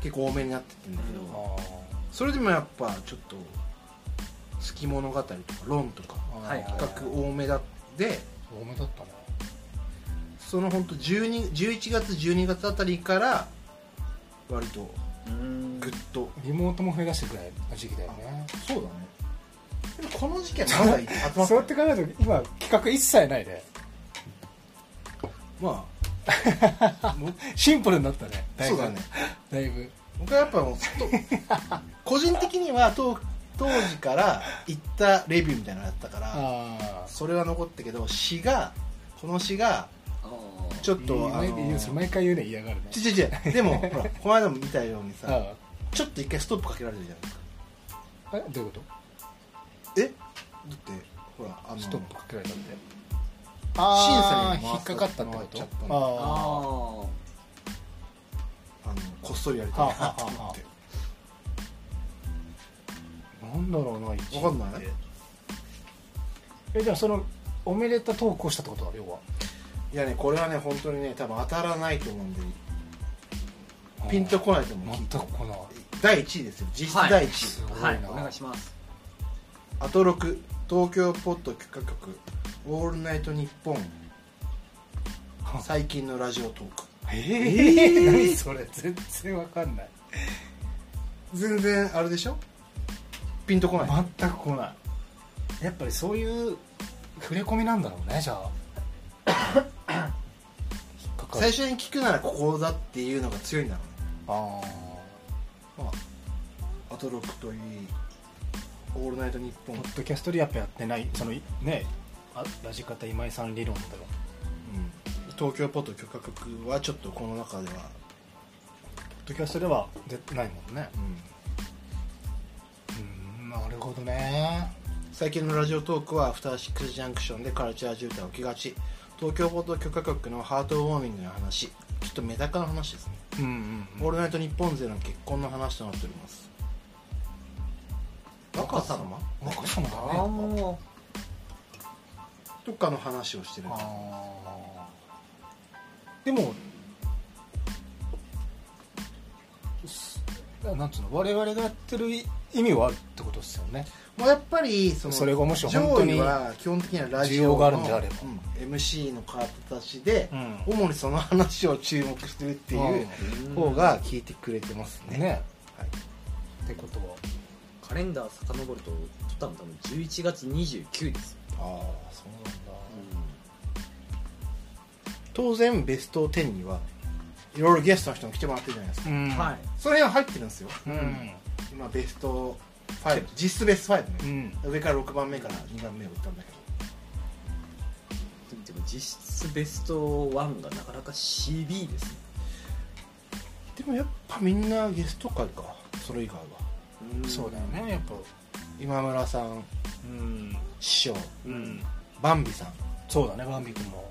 Speaker 2: 結構多めになってってんだけど、
Speaker 1: うん
Speaker 3: あ
Speaker 2: それでもやっぱちょっと「月物語」とか「論」とか
Speaker 3: あ
Speaker 1: はい
Speaker 2: 比較多めだで
Speaker 3: 多めだったね
Speaker 2: その本当12 11月12月あたりから割と
Speaker 1: うーん
Speaker 2: グッと
Speaker 3: リモートも増えだしてくらいの時期だよね
Speaker 2: そうだねでもこの事件まだ集まっ
Speaker 3: そうやってて考えると今企画一切ないね
Speaker 2: ま
Speaker 3: シンプルになったね
Speaker 2: あ
Speaker 3: だい
Speaker 2: そ
Speaker 3: ぶ
Speaker 2: うだね
Speaker 3: だいぶ
Speaker 2: 僕はやっぱもうと個人的には当当時から行ったレビューみたいなのやったから
Speaker 3: ああ
Speaker 2: それは残ったけど詩がこの詩が
Speaker 1: あー
Speaker 2: ちょっとあの
Speaker 3: 毎回言うね嫌がるね
Speaker 2: ちちち でもほらこの間も見たようにさ
Speaker 3: あ
Speaker 2: ちょっと一回ストップかけられるじゃないですか
Speaker 3: あえどういうこと
Speaker 2: えだってほらあの
Speaker 3: ストップかけられたって
Speaker 2: あー
Speaker 3: 審査に引っかかったってこ
Speaker 2: 回っちゃ
Speaker 3: と
Speaker 2: ったんだ
Speaker 3: あ
Speaker 1: あ
Speaker 2: あのこっそりやりたいなと
Speaker 3: はあはあ
Speaker 2: 思
Speaker 3: は
Speaker 2: って
Speaker 3: あなんだろうな一位
Speaker 2: わかんない
Speaker 3: えじゃあそのおめでた投稿したってことだ要はい
Speaker 2: やねこれはね本当にね多分当たらないと思うんでピンとこないと思う
Speaker 3: 全く来ない
Speaker 2: 第1位ですよ実質第1
Speaker 3: すごいな
Speaker 1: はいお願いします
Speaker 2: 位、あと6東京ポッド許可局「オールナイトニッポン」最近のラジオトーク
Speaker 3: え
Speaker 1: えー
Speaker 3: ー、何それ全然わかんない
Speaker 2: 全然あれでしょピンとこない、
Speaker 3: 全く来ないやっぱりそういう触れ込みなんだろうねじゃあ引っかかる
Speaker 2: 最初に聞くならここだっていうのが強いんだろうね
Speaker 3: あ
Speaker 2: まあ、アトロックといい「オールナイトニッポ
Speaker 3: あ
Speaker 2: ン
Speaker 3: ポ」ッドキャストでやっぱやってないそのねあラジカタ今井さん理論だろ
Speaker 2: 東京ポッド許可局はちょっとこの中では、
Speaker 3: ポッドキャストでは絶対ないもんね
Speaker 2: う
Speaker 3: う
Speaker 2: ん
Speaker 3: んなるほどね
Speaker 2: 最近のラジオトークは「アフターシックスジャンクション」でカルチャー渋滞起きがち東京ポッド許可局のハートウォーミングの話ちょっとメダカの話ですね
Speaker 3: うんうん
Speaker 2: 「オールナイトニッポン勢の結婚の話となっております若様
Speaker 3: 若さも
Speaker 1: あ
Speaker 3: だ
Speaker 1: あ
Speaker 3: ね
Speaker 1: も
Speaker 2: とかの話をしてる
Speaker 3: あーでもすなんつうの我々がやってる意味はあるってことですよね
Speaker 2: まあ、やっぱりその
Speaker 3: それがもし本
Speaker 2: 上
Speaker 3: 当
Speaker 2: 位
Speaker 3: に
Speaker 2: は基本的にはラジ
Speaker 3: 需
Speaker 2: オ
Speaker 3: 要があるんであれば
Speaker 2: うん MC の方たちで、
Speaker 3: ん
Speaker 2: 主にその話を注目してるっていう
Speaker 1: う
Speaker 2: 方が聞いてくれてますね、
Speaker 3: ね
Speaker 2: はい、
Speaker 3: ってことは
Speaker 1: カレンダー遡ると多分多分11月29ですよ、
Speaker 2: ああそうなんだ当然ベスト10にはいろいろゲストの人も来てもらってるじゃないですか
Speaker 3: うん
Speaker 1: はい
Speaker 2: その辺は入ってるんですよ、
Speaker 3: うん
Speaker 2: 今ベスト5実質ベスト5
Speaker 3: う
Speaker 2: ね、
Speaker 3: ん
Speaker 2: 上から6番目から2番目を打ったんだけど
Speaker 1: でも実質ベスト1がなかなか CB ですね
Speaker 2: でもやっぱみんなゲスト会かそれ以外は
Speaker 3: そうだよねやっぱ
Speaker 2: 今村さん
Speaker 3: うん
Speaker 2: 師匠
Speaker 3: うん
Speaker 2: バンビさん
Speaker 3: そうだねバンビ君も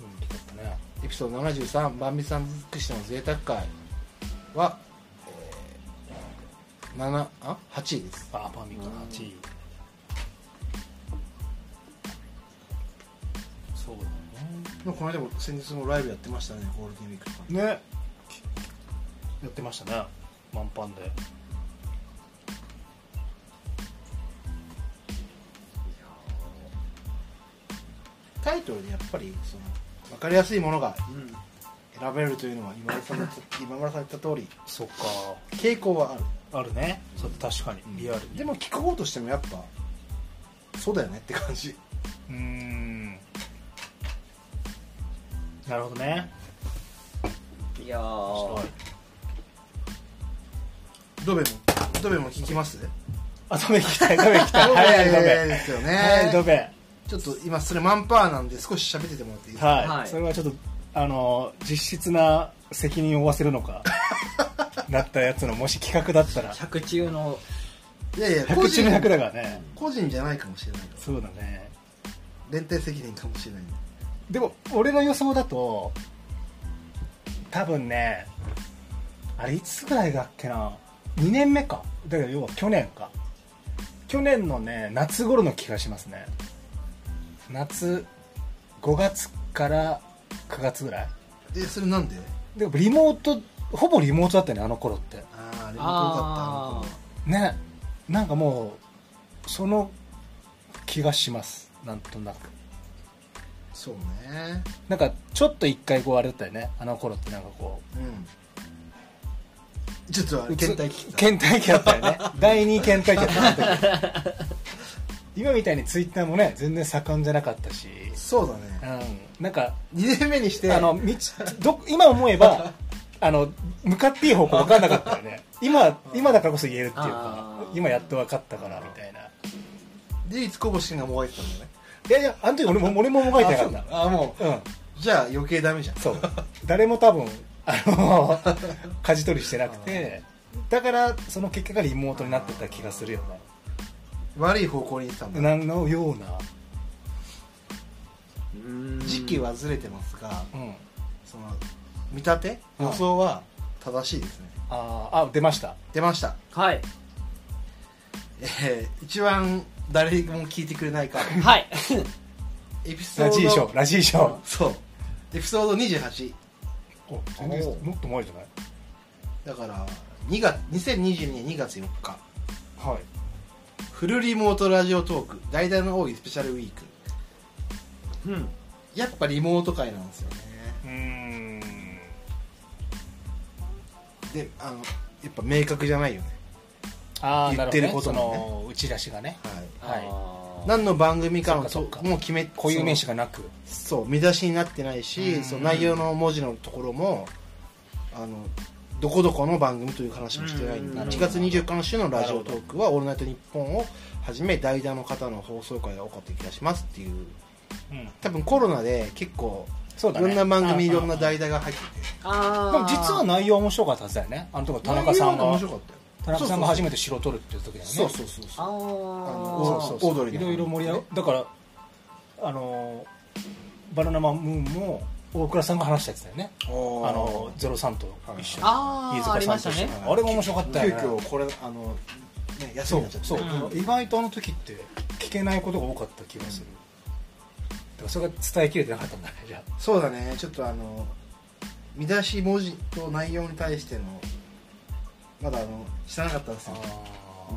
Speaker 3: うん来たね
Speaker 2: エピソード73バンビさん尽くしの贅沢会は、えー、7あ8位です
Speaker 3: あバンビ君8位そうだ
Speaker 2: もうこの間も先日もライブやってましたねゴールデンウィークとか
Speaker 3: ねねやってましたね満パンで
Speaker 1: い
Speaker 2: タイトルでやっぱりその分かりやすいものが
Speaker 1: うん
Speaker 2: 選べるというのは今村さんの今村さんが言った通り
Speaker 3: そっか
Speaker 2: 傾向はある、
Speaker 3: あるねそれ確かに、
Speaker 2: うん
Speaker 3: リアルに
Speaker 2: でも聞く方としてもやっぱそうだよねって感じ
Speaker 3: うーんなるほどね
Speaker 1: いやー
Speaker 2: ドベもドベも聞きます
Speaker 3: あドベ行きたいドベ行きたい
Speaker 2: ドベ
Speaker 3: 早いドベ
Speaker 2: ですよね、
Speaker 3: 早いドベ
Speaker 2: ちょっと今それマンパワーなんで少し喋っててもらっていいですか、
Speaker 3: はい、
Speaker 1: はい
Speaker 3: それはちょっとあの実質な責任を負わせるの かなったやつのもし企画だったら
Speaker 1: 100中の
Speaker 2: い、やいや個
Speaker 3: 100中
Speaker 2: 人
Speaker 3: の100だからね
Speaker 2: 個人じゃないかもしれないから
Speaker 3: そうだね
Speaker 2: 連帯責任かもしれない
Speaker 3: でも俺の予想だと多分ねあれいつぐらいだっけな2年目かだから要は去年か去年のね夏頃の気がしますね夏5月から9月ぐらい
Speaker 2: でそれなんで
Speaker 3: でもリモートほぼリモートだったよねあの頃って
Speaker 2: あああれも
Speaker 1: あ
Speaker 2: よかった
Speaker 3: ねなんかもうその気がしますなんとなく
Speaker 2: そうね
Speaker 3: なんかちょっと一回こうあれだったよねあの頃ってなんかこう
Speaker 2: うんちょっとあれ倦怠期き
Speaker 3: 倦怠期だったよね 第二倦怠期だったあの時今みたいにツイッターもね全然盛んじゃなかったし
Speaker 2: そうだ
Speaker 3: う
Speaker 2: ね
Speaker 3: んなんか
Speaker 2: 2年目にして
Speaker 3: あの道ど今思えばあの向かっていい方向分かんなかったよね今今だからこそ言えるっていう
Speaker 1: あ
Speaker 3: か
Speaker 1: ー
Speaker 3: 今やっと分かったからみたいな
Speaker 2: でいつこぼしがもがいてたんだね
Speaker 3: いやいやあの時俺も俺ももがいてなかった
Speaker 2: ああも
Speaker 3: うん
Speaker 2: うじゃあ余計ダメじゃん
Speaker 3: そう誰も多分あの舵取りしてなくてだからその結果がリモートになってた気がするよね
Speaker 2: 悪い方向に行ってたんだ
Speaker 3: なんのような、
Speaker 1: うーん
Speaker 2: 時期はずれてますが
Speaker 3: うん、
Speaker 2: その見立て
Speaker 3: うん
Speaker 2: 予想は正しいですね
Speaker 3: あーあ出ました
Speaker 2: 出ました
Speaker 1: はい
Speaker 2: えー一番誰にも聞いてくれな いか
Speaker 1: はい
Speaker 2: エピソ
Speaker 3: ラジー
Speaker 2: ー
Speaker 3: ショ
Speaker 2: ド
Speaker 3: ーラジーショ
Speaker 2: そうエピソード28
Speaker 3: ーお全然
Speaker 1: お
Speaker 3: もっと前じゃない
Speaker 2: だから2月2022年2月4日
Speaker 3: はい
Speaker 2: フルリモートラジオトーク代々の多いスペシャルウィーク
Speaker 1: うん
Speaker 2: やっぱリモート会なんですよね
Speaker 3: うーん
Speaker 2: であのやっぱ明確じゃないよね
Speaker 3: ああな
Speaker 2: 言
Speaker 3: る
Speaker 2: っ
Speaker 3: ほど、ねそ
Speaker 2: てる、こともね
Speaker 3: の打ち出しがね
Speaker 2: はい
Speaker 3: はい
Speaker 1: あー
Speaker 2: 何の番組かの
Speaker 3: そっ
Speaker 2: と
Speaker 3: かそっか
Speaker 2: もう決め
Speaker 3: 固有名詞がなく
Speaker 2: そのそう見出しになってない
Speaker 3: うん
Speaker 2: しその内容の文字のところもあのどこどこの番組という話もしてないんで
Speaker 1: うん
Speaker 2: 1月24日の週のラジオトークは「オールナイトニッポン」をはじめ代打の方の放送会が多かった気がしますっていう
Speaker 3: うん
Speaker 2: 多分コロナで結構
Speaker 3: そう
Speaker 2: い
Speaker 3: だね
Speaker 2: ろんな番組いろんな
Speaker 3: 題
Speaker 2: 代打が入ってて
Speaker 1: あー
Speaker 3: でも実は内容面白かったはずだよねあのとこ田中さん
Speaker 2: 内容は面
Speaker 3: が
Speaker 2: 白かったよ
Speaker 3: 田中さんが初めて
Speaker 2: て
Speaker 3: 城取るっていう時だよね
Speaker 2: そうそうそう
Speaker 1: あ
Speaker 2: そう
Speaker 1: ー
Speaker 2: の
Speaker 3: そう
Speaker 2: オー
Speaker 3: そ
Speaker 2: ド
Speaker 3: う
Speaker 2: リー
Speaker 3: い
Speaker 2: の
Speaker 3: ろいろ盛り上がだからあのバナナマンムーンも大倉さんが話したやつだよね
Speaker 2: あ
Speaker 3: あのゼロさんと一緒に
Speaker 1: あーありました
Speaker 3: 一緒
Speaker 1: ね
Speaker 3: にあれも面白かったよね
Speaker 2: 急遽これあのね休
Speaker 3: そ
Speaker 2: み
Speaker 3: う
Speaker 2: になっちゃった
Speaker 3: そう、
Speaker 1: うん
Speaker 3: 意外とあの時って聞けないことが多かった気がする、だからそれが伝えきれてなかったんだねじゃあ
Speaker 2: そうだねちょっとあの見出し文字と内容に対してのまだあの知らなかったんですよ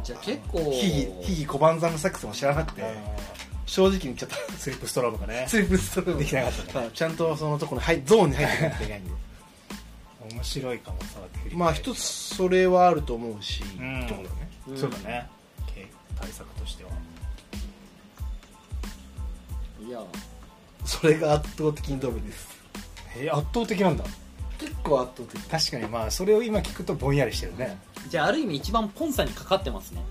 Speaker 1: じゃあ結構
Speaker 2: ひぎひぎ小判山のサックスも知らなくて正直に言っちゃった
Speaker 3: スリップストロームがね
Speaker 2: ツイプストローム
Speaker 3: できなかったね
Speaker 2: はいちゃんとそのとこに入ゾーンに入っていかなきゃいけないんで
Speaker 3: 面白いかもさ
Speaker 2: まあ一つそれはあると思うし、
Speaker 3: うん
Speaker 2: ところね
Speaker 1: うん
Speaker 3: そうだね経営対策としてはい
Speaker 1: や
Speaker 2: それが圧倒的にドブです
Speaker 3: えー圧倒的なんだ
Speaker 2: 結構圧倒的
Speaker 3: 確かにまあそれを今聞くとぼんやりしてるね
Speaker 1: じゃあある意味一番ポンさんにかかってますね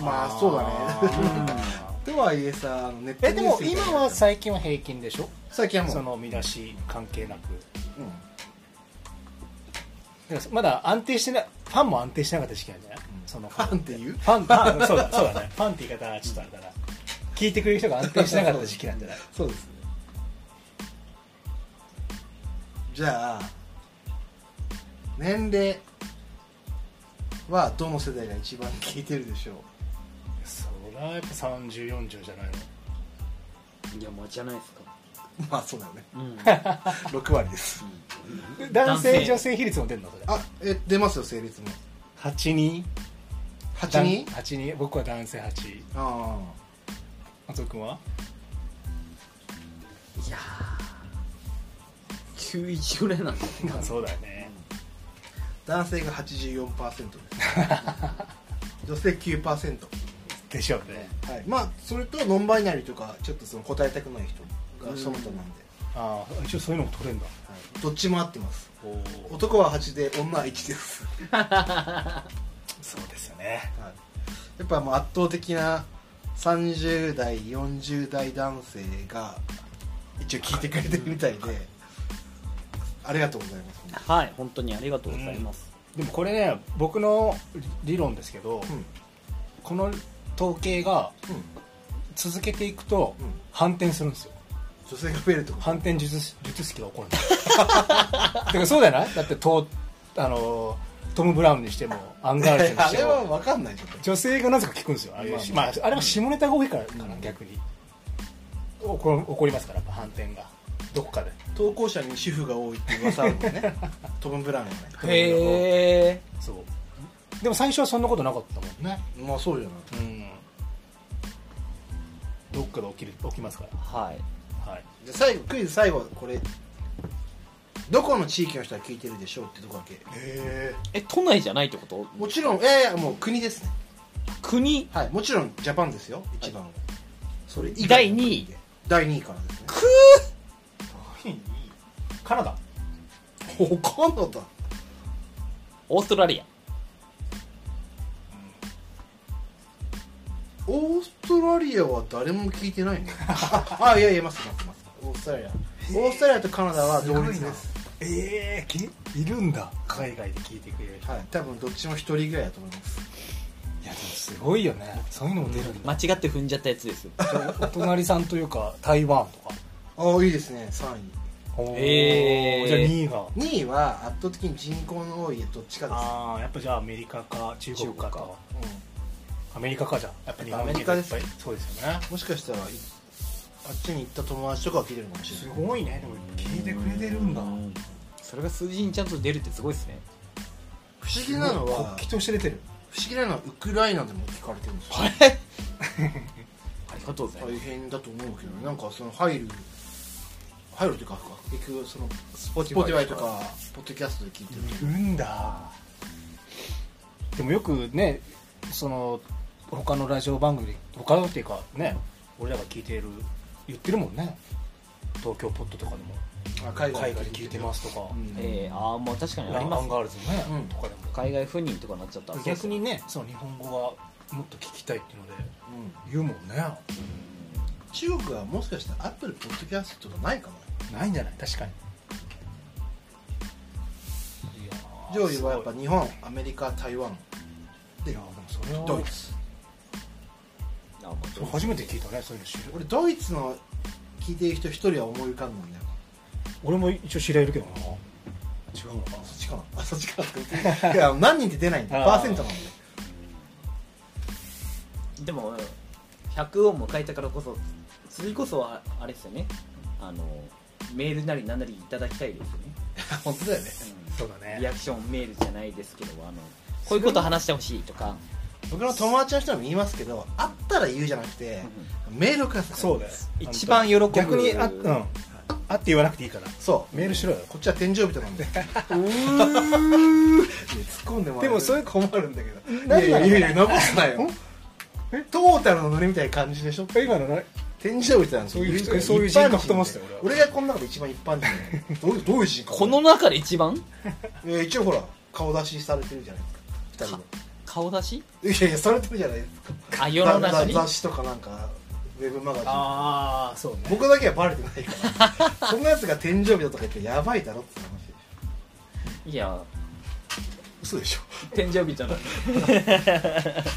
Speaker 2: まあそうだね とはいえさあのネット
Speaker 3: えでも今は
Speaker 2: さ
Speaker 3: 最近は平均でしょ
Speaker 2: 最近はもう
Speaker 3: その見出し関係なく
Speaker 2: うん
Speaker 3: だからまだ安定してないファンも安定してなかった時期なんじゃない、その
Speaker 2: ファンっていう
Speaker 3: ファンファンそうだそうだねファンって言い方はちょっとあれだな聞いてくれる人が安定してなかった時期なんじゃない
Speaker 2: そうですねじゃあ年齢はどの世代が一番聞いてるでしょう
Speaker 3: そりゃやっぱ3040じゃないの
Speaker 1: いやもうじゃないですか
Speaker 2: まあそうだよね
Speaker 1: うん
Speaker 2: 6割です
Speaker 3: 男性
Speaker 1: 男性
Speaker 3: 女性比率も出るのそれ
Speaker 2: あえ出ますよ性別も
Speaker 3: 82
Speaker 2: 82
Speaker 3: 82僕は男性8
Speaker 2: あ
Speaker 3: 松尾君は
Speaker 1: 91ぐらいなんだよ
Speaker 3: まあそうだよね
Speaker 2: 男性が84%です女性9%
Speaker 3: でしょうね
Speaker 2: はい、まあそれとノンバイナリーとかちょっとその答えたくない人がその他なんで、
Speaker 3: ああ一応そういうのも取れんだ
Speaker 2: はい、どっちも合ってます
Speaker 3: おお
Speaker 2: 男は8で女は1です、は
Speaker 3: そうですよね
Speaker 2: い、やっぱもう圧倒的な30代40代男性が一応聞いてくれてるみたいでありがとうございます
Speaker 1: はい本当にありがとうございます、
Speaker 3: でもこれね僕の理論ですけど、
Speaker 2: うん
Speaker 3: この統計が
Speaker 2: うん
Speaker 3: 続けていくと、
Speaker 2: うん
Speaker 3: 反転するんですよ
Speaker 2: 女性が増えるってこと
Speaker 3: 反転術術式が起こるんです よだからそうじゃないだってトーあのトム・ブラウンにしてもアンガールズに
Speaker 2: あ
Speaker 3: して
Speaker 2: れは
Speaker 3: も
Speaker 2: 分かんないちょっと
Speaker 3: 女性がなぜか聞くんですよあれ,、
Speaker 2: ま
Speaker 3: ま
Speaker 2: あ
Speaker 3: ああ、れは下ネタが多いからかな、逆に起こ起こりますからやっぱ反転がどこかで
Speaker 2: 投稿者に主婦が多いって噂あるもん ねトム・ブラウンはね
Speaker 1: へえ
Speaker 3: そうでも最初はそんなことなかったもんね
Speaker 2: まあそうじゃない
Speaker 3: うんどっかで起きる起きますから
Speaker 1: はい
Speaker 3: はい
Speaker 2: じゃあ最後クイズ最後これどこの地域の人は聞いてるでしょうってとこだけ
Speaker 3: へ
Speaker 1: え都内じゃないってこと
Speaker 2: もちろんいやいやもう国ですね
Speaker 1: 国
Speaker 2: はいもちろんジャパンですよ一番は、それ以
Speaker 1: 第
Speaker 2: の
Speaker 1: 二
Speaker 2: 国
Speaker 1: 位
Speaker 2: で第2位からですね
Speaker 3: えカナダ
Speaker 2: ほかんのだ
Speaker 1: オーストラリア
Speaker 2: オーストラリアは誰も聞いてないねあいやいやますますますオーストラリアオーストラリアとカナダは同率です
Speaker 3: ええいるんだ海外で聞いてくれる人
Speaker 2: はい多分どっちも一人ぐらいだと思います
Speaker 3: いやでもすごいよねそういうのも出るんだ、
Speaker 1: 間違って踏んじゃったやつですよ
Speaker 3: お隣さんというか台湾とか
Speaker 2: ああいいですね3位
Speaker 1: へえ
Speaker 3: じゃあ2位が
Speaker 2: 2位は圧倒的に人口の多いどっちかです
Speaker 3: ああやっぱじゃあアメリカか中国か
Speaker 1: 中国
Speaker 3: とアメリカかじゃんやっぱ日本人
Speaker 2: アメリカです
Speaker 3: いっぱいそうですよね
Speaker 2: うんもしかしたらいあっちに行った友達とかは聞いてるかもしれ
Speaker 3: す
Speaker 2: ない
Speaker 3: ごいねでも聞いてくれてるんだ
Speaker 1: それが数字にちゃんと出るってすごいですね
Speaker 2: 不思議なの
Speaker 3: 国
Speaker 2: は
Speaker 3: 旗として出てる
Speaker 2: 不思議なのはウクライナでも聞かれてるんですよ
Speaker 1: ありがとうございま
Speaker 2: 大変だと思うけどなんかその入る入るというか結局その
Speaker 1: す
Speaker 2: スポティファイとかポッドキャストで聞いてる
Speaker 3: いるんだでもよくねその他のラジオ番組で他のっていうかね俺らが聞いてる言ってるもんね東京ポッドとかでも
Speaker 2: あ海
Speaker 3: 海外で聞いてますすとか、
Speaker 2: うん
Speaker 1: えー、ああまあ確かにあ
Speaker 3: ラ
Speaker 1: り
Speaker 3: ンガ
Speaker 1: ます
Speaker 3: ールズね、
Speaker 2: うん
Speaker 3: とかでも
Speaker 1: 海外赴任とかになっちゃったら
Speaker 3: 逆にねその日本語がもっと聞きたいっていうので
Speaker 2: うん
Speaker 3: 言うもんね
Speaker 2: 中国はもしかしたらアップルポッドキャストとかないかもね
Speaker 3: ないんじゃない確かにいやー
Speaker 2: 上位はやっ
Speaker 3: すご
Speaker 2: ぱ
Speaker 3: い
Speaker 2: 日本アメリカ台湾
Speaker 3: いやーでもそれは
Speaker 2: ドイツ
Speaker 1: そうあまあ
Speaker 3: それ初めて聞いたねそういうの知る
Speaker 2: 俺ドイツの聞いてる人一人は思い浮かんないんだよ
Speaker 3: 俺も一応知り合いいるけどな違うのか
Speaker 2: あそっちかなあそっちかないや何人って出ないんだよパーセントなんで
Speaker 1: でも100を迎えたからこそそれこそはあれですよねあのメールなり何なりいただきたいですよね、
Speaker 2: 本当だよね
Speaker 3: そうだ
Speaker 1: リアクションメールじゃないですけどあのこういうこと話してほしいとか
Speaker 2: 僕の友達の人にも言いますけど会ったら言うじゃなくてメールをください
Speaker 3: そうだよ
Speaker 1: 一番喜ぶ
Speaker 3: 逆にあ,、うん、あって言わなくていいから
Speaker 2: そう
Speaker 3: メールしろよ
Speaker 2: こっちは天井 人なんで突っ込んでも
Speaker 3: でもそれ
Speaker 2: 困るんだけど
Speaker 3: ない
Speaker 2: やいやいや残すなよ
Speaker 3: ん
Speaker 2: トータルのノリみたいな感じでしょ
Speaker 3: 今のな
Speaker 2: 天井人なんて
Speaker 3: そういう人
Speaker 2: 言から
Speaker 3: そういう
Speaker 2: 一般
Speaker 3: 人格と思ってたよ
Speaker 2: 人で
Speaker 3: 俺
Speaker 2: 俺がこの中で一番一般人だよどういうどういう人格
Speaker 1: この中で一番
Speaker 2: いや一応ほら顔出しされてるじゃないですか
Speaker 1: 顔出し
Speaker 2: 二人でいやいやされてるじゃないですか
Speaker 1: あ世の中
Speaker 2: 雑
Speaker 1: に
Speaker 2: 雑誌とかなんかウェブマガジン
Speaker 3: ああそうね
Speaker 2: 僕だけはバレてないから そんなやつが天井人とか言ってやばいだろって話でしょ
Speaker 1: いや
Speaker 2: 嘘でしょ
Speaker 1: 天井人の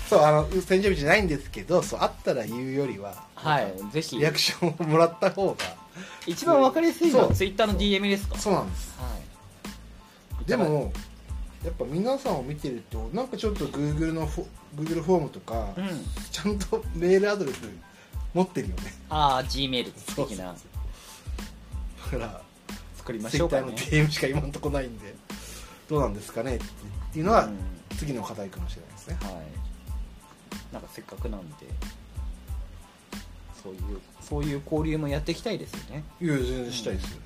Speaker 2: そうあの天井人じゃないんですけどそうあったら言うよりは
Speaker 1: はいぜひ
Speaker 2: リアクションをもらった方
Speaker 1: 一番わかりやすいの
Speaker 2: そ
Speaker 1: は
Speaker 2: う
Speaker 1: ツイッターの DM ですか
Speaker 2: がそうなんです
Speaker 1: はい
Speaker 2: でもやっぱ皆さんを見てるとなんかちょっと Google のフォ Google フォームとか、
Speaker 1: うん
Speaker 2: ちゃんとメールアドレス持ってるよね
Speaker 1: ああ G メール的な
Speaker 2: だから
Speaker 1: 作りましょうか
Speaker 2: Twitter
Speaker 1: ね
Speaker 2: の DM しか今んとこないんでどうなんですかねってっていうのは、
Speaker 1: うん
Speaker 2: 次の課題かもしれないですね
Speaker 1: はい、なんかせっかくなんでそういうそういう交流もやっていきたいですよね
Speaker 2: いや全然したいですよ、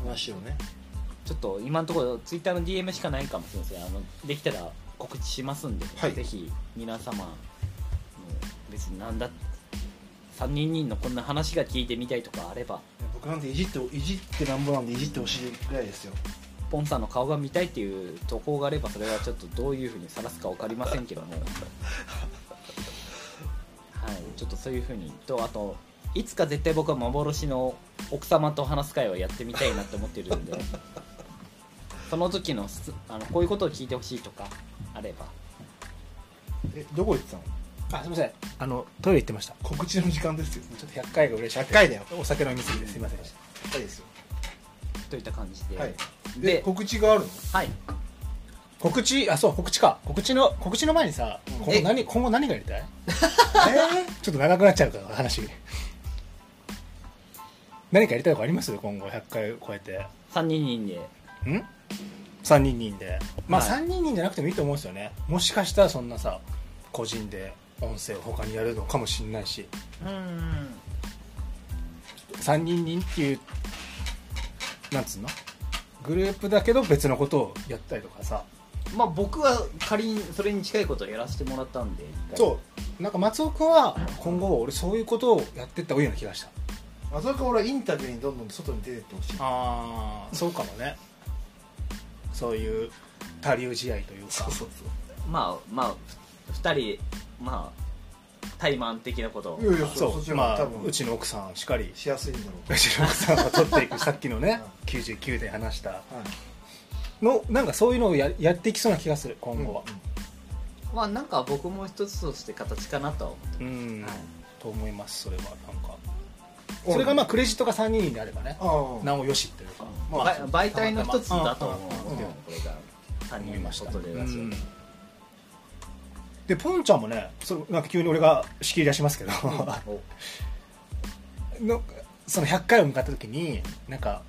Speaker 2: 話をね
Speaker 1: ちょっと今のところツイッターの DM しかないかもしれませんあのできたら告知しますんで、
Speaker 2: はい
Speaker 1: ぜひ皆様もう別になんだ3人のこんな話が聞いてみたいとかあれば
Speaker 2: 僕なんていじっていじってなんぼなんでいじってほしいぐらいですよ
Speaker 1: ポンさんの顔が見たいっていう投稿があればそれはちょっとどういうふうに晒すか分かりませんけどもはいちょっとそういうふうにとあといつか絶対僕は幻の奥様と話す会をやってみたいなって思ってるん でその時のすあのこういうことを聞いてほしいとかあれば
Speaker 2: えどこ行ってたの
Speaker 3: あすいませんあのトイレ行ってました
Speaker 2: 告知の時間ですよ
Speaker 3: ちょっと100回が嬉しい
Speaker 2: 100回だよ
Speaker 3: お酒飲みすぎですいませんでした
Speaker 2: 100回ですよ
Speaker 1: といった感じで、
Speaker 2: はい
Speaker 1: で
Speaker 2: で告知があるの
Speaker 1: はい
Speaker 3: 告知あそう告知か告知の告知の前にさ今後
Speaker 1: え
Speaker 3: 何今後何がやりたい えーちょっと長くなっちゃうから 話何かやりたいとこあります今後100回超えて
Speaker 1: 3人で
Speaker 3: ん3人人でまあ、
Speaker 1: はい
Speaker 3: 3人人じゃなくてもいいと思うんですよねもしかしたらそんなさ個人で音声を他にやるのかもしれないし
Speaker 1: うん
Speaker 3: 3人人っていうなんつうのグループだけど別のことをやったりとかさ
Speaker 1: まあ僕は仮にそれに近いことをやらせてもらったんで一回
Speaker 3: そうなんか松尾君は今後俺そういうことをやってった方がいいような気がした
Speaker 2: あそこから俺はインタビューにどんどん外に出てってほしい
Speaker 3: ああそうかもねそういう他流試合というか
Speaker 2: そう
Speaker 1: まあまあ2人まあ怠慢的なことを
Speaker 2: いやいやそ
Speaker 3: そう
Speaker 2: そっちの
Speaker 3: ま
Speaker 2: 方が
Speaker 3: あ
Speaker 2: 多分
Speaker 3: うちの奥さんしかり
Speaker 2: しやすいんだろ
Speaker 3: うちの奥さんが取っていくさっきのね99で話した
Speaker 2: うはい
Speaker 3: のなんかそういうのをややっていきそうな気がする今後は
Speaker 2: う
Speaker 1: まあなんか僕も一つとして形かなとは思って
Speaker 3: うん、
Speaker 1: はい
Speaker 3: と思いますそれはなんか
Speaker 2: ん
Speaker 3: それがまあクレジットが3人になればね
Speaker 2: ああ
Speaker 3: なおよしっていうか
Speaker 2: まあ
Speaker 1: ば媒体の一つだと思
Speaker 3: うん
Speaker 1: う
Speaker 3: うんうん
Speaker 1: これが3
Speaker 3: 思い
Speaker 1: 人
Speaker 3: ま
Speaker 1: の
Speaker 3: した
Speaker 1: ことでラジオ
Speaker 3: うんでポンちゃんもねそうなんか急に俺が仕切り出しますけど、
Speaker 1: お
Speaker 3: のその100回を迎えた時になんか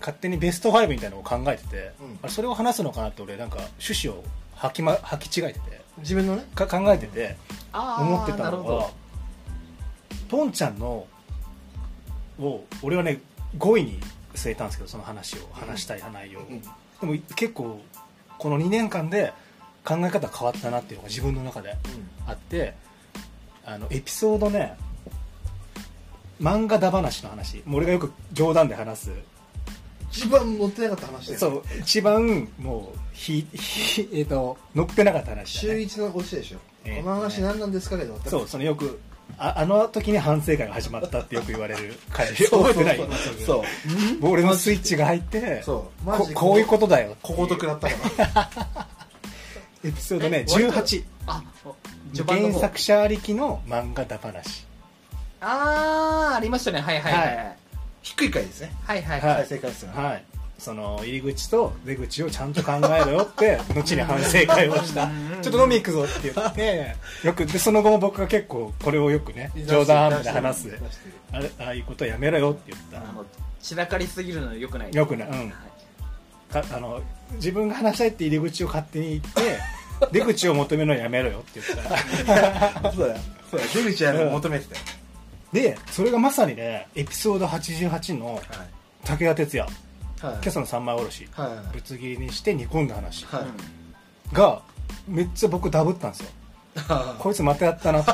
Speaker 3: 勝手にベスト5みたいなのを考えてて、
Speaker 2: うん
Speaker 3: あれそれを話すのかなって俺なんか趣旨を履き,、ま、履き違えてて
Speaker 2: 自分のね
Speaker 3: か考えてて
Speaker 1: あ
Speaker 3: 思ってた
Speaker 1: なる
Speaker 3: の
Speaker 1: ほど
Speaker 3: がポンちゃんのを俺はね5位に据えたんですけどその話を話したい内容を、
Speaker 2: うん
Speaker 3: でもい結構この2年間で考え方変わったなっていうのが自分の中であってあのエピソードね漫画だ話の話もう俺がよく冗談で話す
Speaker 2: 一番乗ってなかった話だよ
Speaker 3: そう一番もうひひ、えっと乗ってなかった話だ
Speaker 2: 週
Speaker 3: ね
Speaker 2: 一のオチでしょ、
Speaker 3: ええ
Speaker 2: この話何なんですかけど私
Speaker 3: そうそのよくああの時に反省会が始まったってよく言われる回
Speaker 2: そう
Speaker 3: 覚えてない
Speaker 2: そう
Speaker 3: そうもう俺のスイッチが入って
Speaker 2: そうマ
Speaker 3: こ
Speaker 2: ジで
Speaker 3: こういうことだよ
Speaker 2: 小言食らったから
Speaker 3: エピソードね
Speaker 1: え割と
Speaker 3: 18
Speaker 1: あ序盤の
Speaker 3: 原
Speaker 1: 方
Speaker 3: 作者ありきの漫画だ話
Speaker 1: ああありましたねはいはいはいはい
Speaker 2: 低い回ですね
Speaker 1: はいはい
Speaker 3: はい
Speaker 1: はい
Speaker 2: 再生回数が
Speaker 3: はい、その入り口と出口をちゃんと考えろよ って後に反省会をした
Speaker 1: うん
Speaker 3: ちょっと飲み行くぞって言って よくでその後も僕が結構これをよくね冗談半分で話す
Speaker 2: 出してる
Speaker 3: あれああいうことやめろよって言っ
Speaker 1: あ
Speaker 3: た
Speaker 1: の散らかりすぎるのよくない
Speaker 3: よくないうん
Speaker 1: はい
Speaker 3: かあの自分が話したいって入り口を勝手に行 って出口を求めるのやめろよって言った
Speaker 2: そうだよそうだよ出口は求めてたよ、
Speaker 3: でそれがまさにねエピソード88の武田鉄矢
Speaker 2: はいはい
Speaker 3: 今朝の三枚おろし
Speaker 2: はいはい
Speaker 3: ぶつ切りにして煮込んだ話
Speaker 2: はい、
Speaker 1: うん
Speaker 3: がめっちゃ僕ダブったんですよこいつまたやったな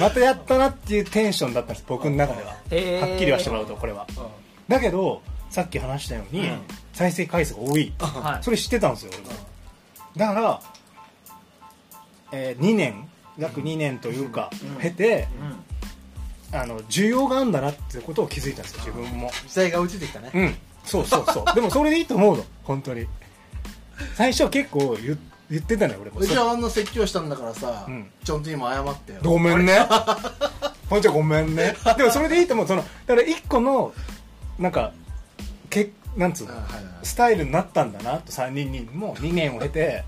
Speaker 3: またやったなっていうテンションだったんです僕の中では
Speaker 1: へー
Speaker 3: はっきりはしてもらうとこれは
Speaker 2: うん
Speaker 3: だけどさっき話したように、
Speaker 2: うん
Speaker 3: 再生回数が多い
Speaker 1: はい
Speaker 3: それ知ってたんですよ俺もだから、え2年約2年というか、
Speaker 1: うん
Speaker 3: 経て
Speaker 1: うん
Speaker 3: あの需要があるんだなってことを気づいたんですよ自分も
Speaker 2: 時代が落ちてきたね、
Speaker 3: うんそうそうそうでもそれでいいと思うの本当に最初結構言言ってたのよ俺も
Speaker 2: うちはあんな説教したんだからさ、
Speaker 3: うん
Speaker 2: ちょんと今謝ってよ
Speaker 3: ごめんね。ポンちゃんごめんね。でもそれでいいと思う。その、だから一個の、なんか、け、なんつう
Speaker 2: あ
Speaker 3: の、
Speaker 2: はいはい
Speaker 3: スタイルになったんだなと、3人にも2年を経て、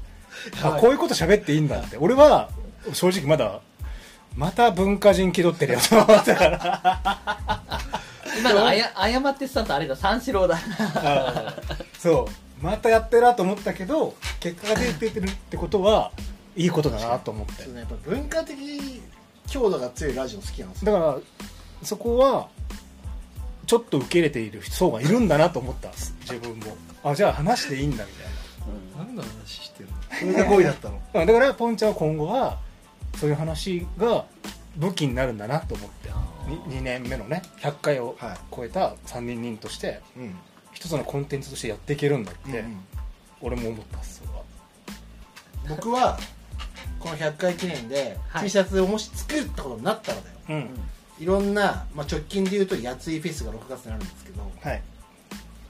Speaker 3: あ
Speaker 2: はい
Speaker 3: こういうこと喋っていいんだって。俺は、正直まだ、また文化人気取ってるよと思った から。
Speaker 1: 今のあや 謝ってたんとあれだ三四郎だ
Speaker 3: そう。またやってるなと思ったけど、結果が出てるってことは、いいことだなと思って
Speaker 2: ちょっと。ねやっぱ文化的強度が強いラジオ好きなんですよ
Speaker 3: だからそこはちょっと受け入れている層がいるんだなと思ったんです自分もあじゃあ話していいんだみたいな
Speaker 2: 何の話してるのそれが5位だったの
Speaker 3: うんだからポンちゃんは今後はそういう話が武器になるんだなと思って2年目のね100回を
Speaker 2: はい
Speaker 3: 超えた3人人として
Speaker 2: うん
Speaker 3: 一つのコンテンツとしてやっていけるんだっ
Speaker 2: で
Speaker 3: て俺も思ったっすそれは
Speaker 2: 僕はこの100回記念で
Speaker 1: はい
Speaker 2: T シャツをもし作るってことになったらだよ
Speaker 3: うん
Speaker 2: いろんな、まあ、直近で言うとやついフェスが6月になるんですけど
Speaker 3: はい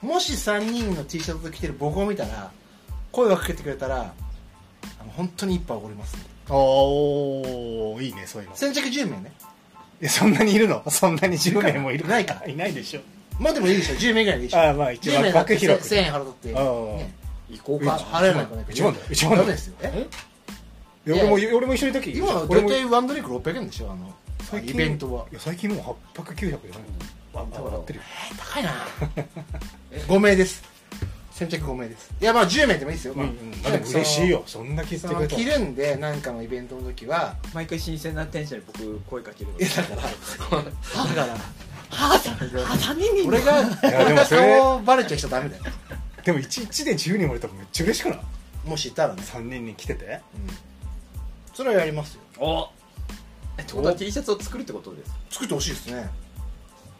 Speaker 2: もし3人の T シャツを着てる僕を見たら声をかけてくれたらあの本当に一杯おごりますんで
Speaker 3: おーいいねそういうの
Speaker 2: 先着10名ね
Speaker 3: えそんなにいるのそんなに10名もいる
Speaker 2: いないか
Speaker 3: いないでしょ
Speaker 2: まあでもいいでしょ10名ぐらいでいいでしょ
Speaker 3: ああまあ一
Speaker 2: 10
Speaker 3: 応
Speaker 2: 名だって
Speaker 3: 枠広く
Speaker 2: 1000円払うとって、
Speaker 3: うん
Speaker 2: ね、
Speaker 1: 行こう
Speaker 2: ま
Speaker 1: か
Speaker 2: あ払えないからね
Speaker 3: 一万だよ一万だ
Speaker 2: ダ
Speaker 3: よ
Speaker 2: メですよえ
Speaker 3: いや俺も俺も一緒の時
Speaker 2: 今は
Speaker 3: 俺
Speaker 2: 大
Speaker 3: も
Speaker 2: 体ワンドリンク600円でしょあのイベントはい
Speaker 3: や最近もう800、900じゃないの
Speaker 1: だから
Speaker 3: 笑ってるよ
Speaker 2: 高いな 5名です先着5名ですいやまあ10名でもいいですよ、
Speaker 3: う
Speaker 2: ま
Speaker 3: ん
Speaker 2: あ
Speaker 3: うんまあでも嬉しいよそんな気
Speaker 2: そ
Speaker 3: 付
Speaker 2: の
Speaker 3: いてく
Speaker 2: 着
Speaker 3: れた
Speaker 2: るんでなんかのイベントの時は
Speaker 1: 毎回新鮮なテンションで僕声かける
Speaker 2: いやだからだからはあ3人俺が
Speaker 3: やで
Speaker 2: 俺
Speaker 3: も
Speaker 2: が
Speaker 3: それ
Speaker 2: 顔バレちゃう人ダメだよ
Speaker 3: でも1日で10人もらえたらめっちゃ嬉しくない
Speaker 2: もしいたらね、
Speaker 3: 3人に来てて
Speaker 2: うん、それはやりますよ
Speaker 1: おえってことは T シャツを作るってことですか、
Speaker 2: 作ってほしいですね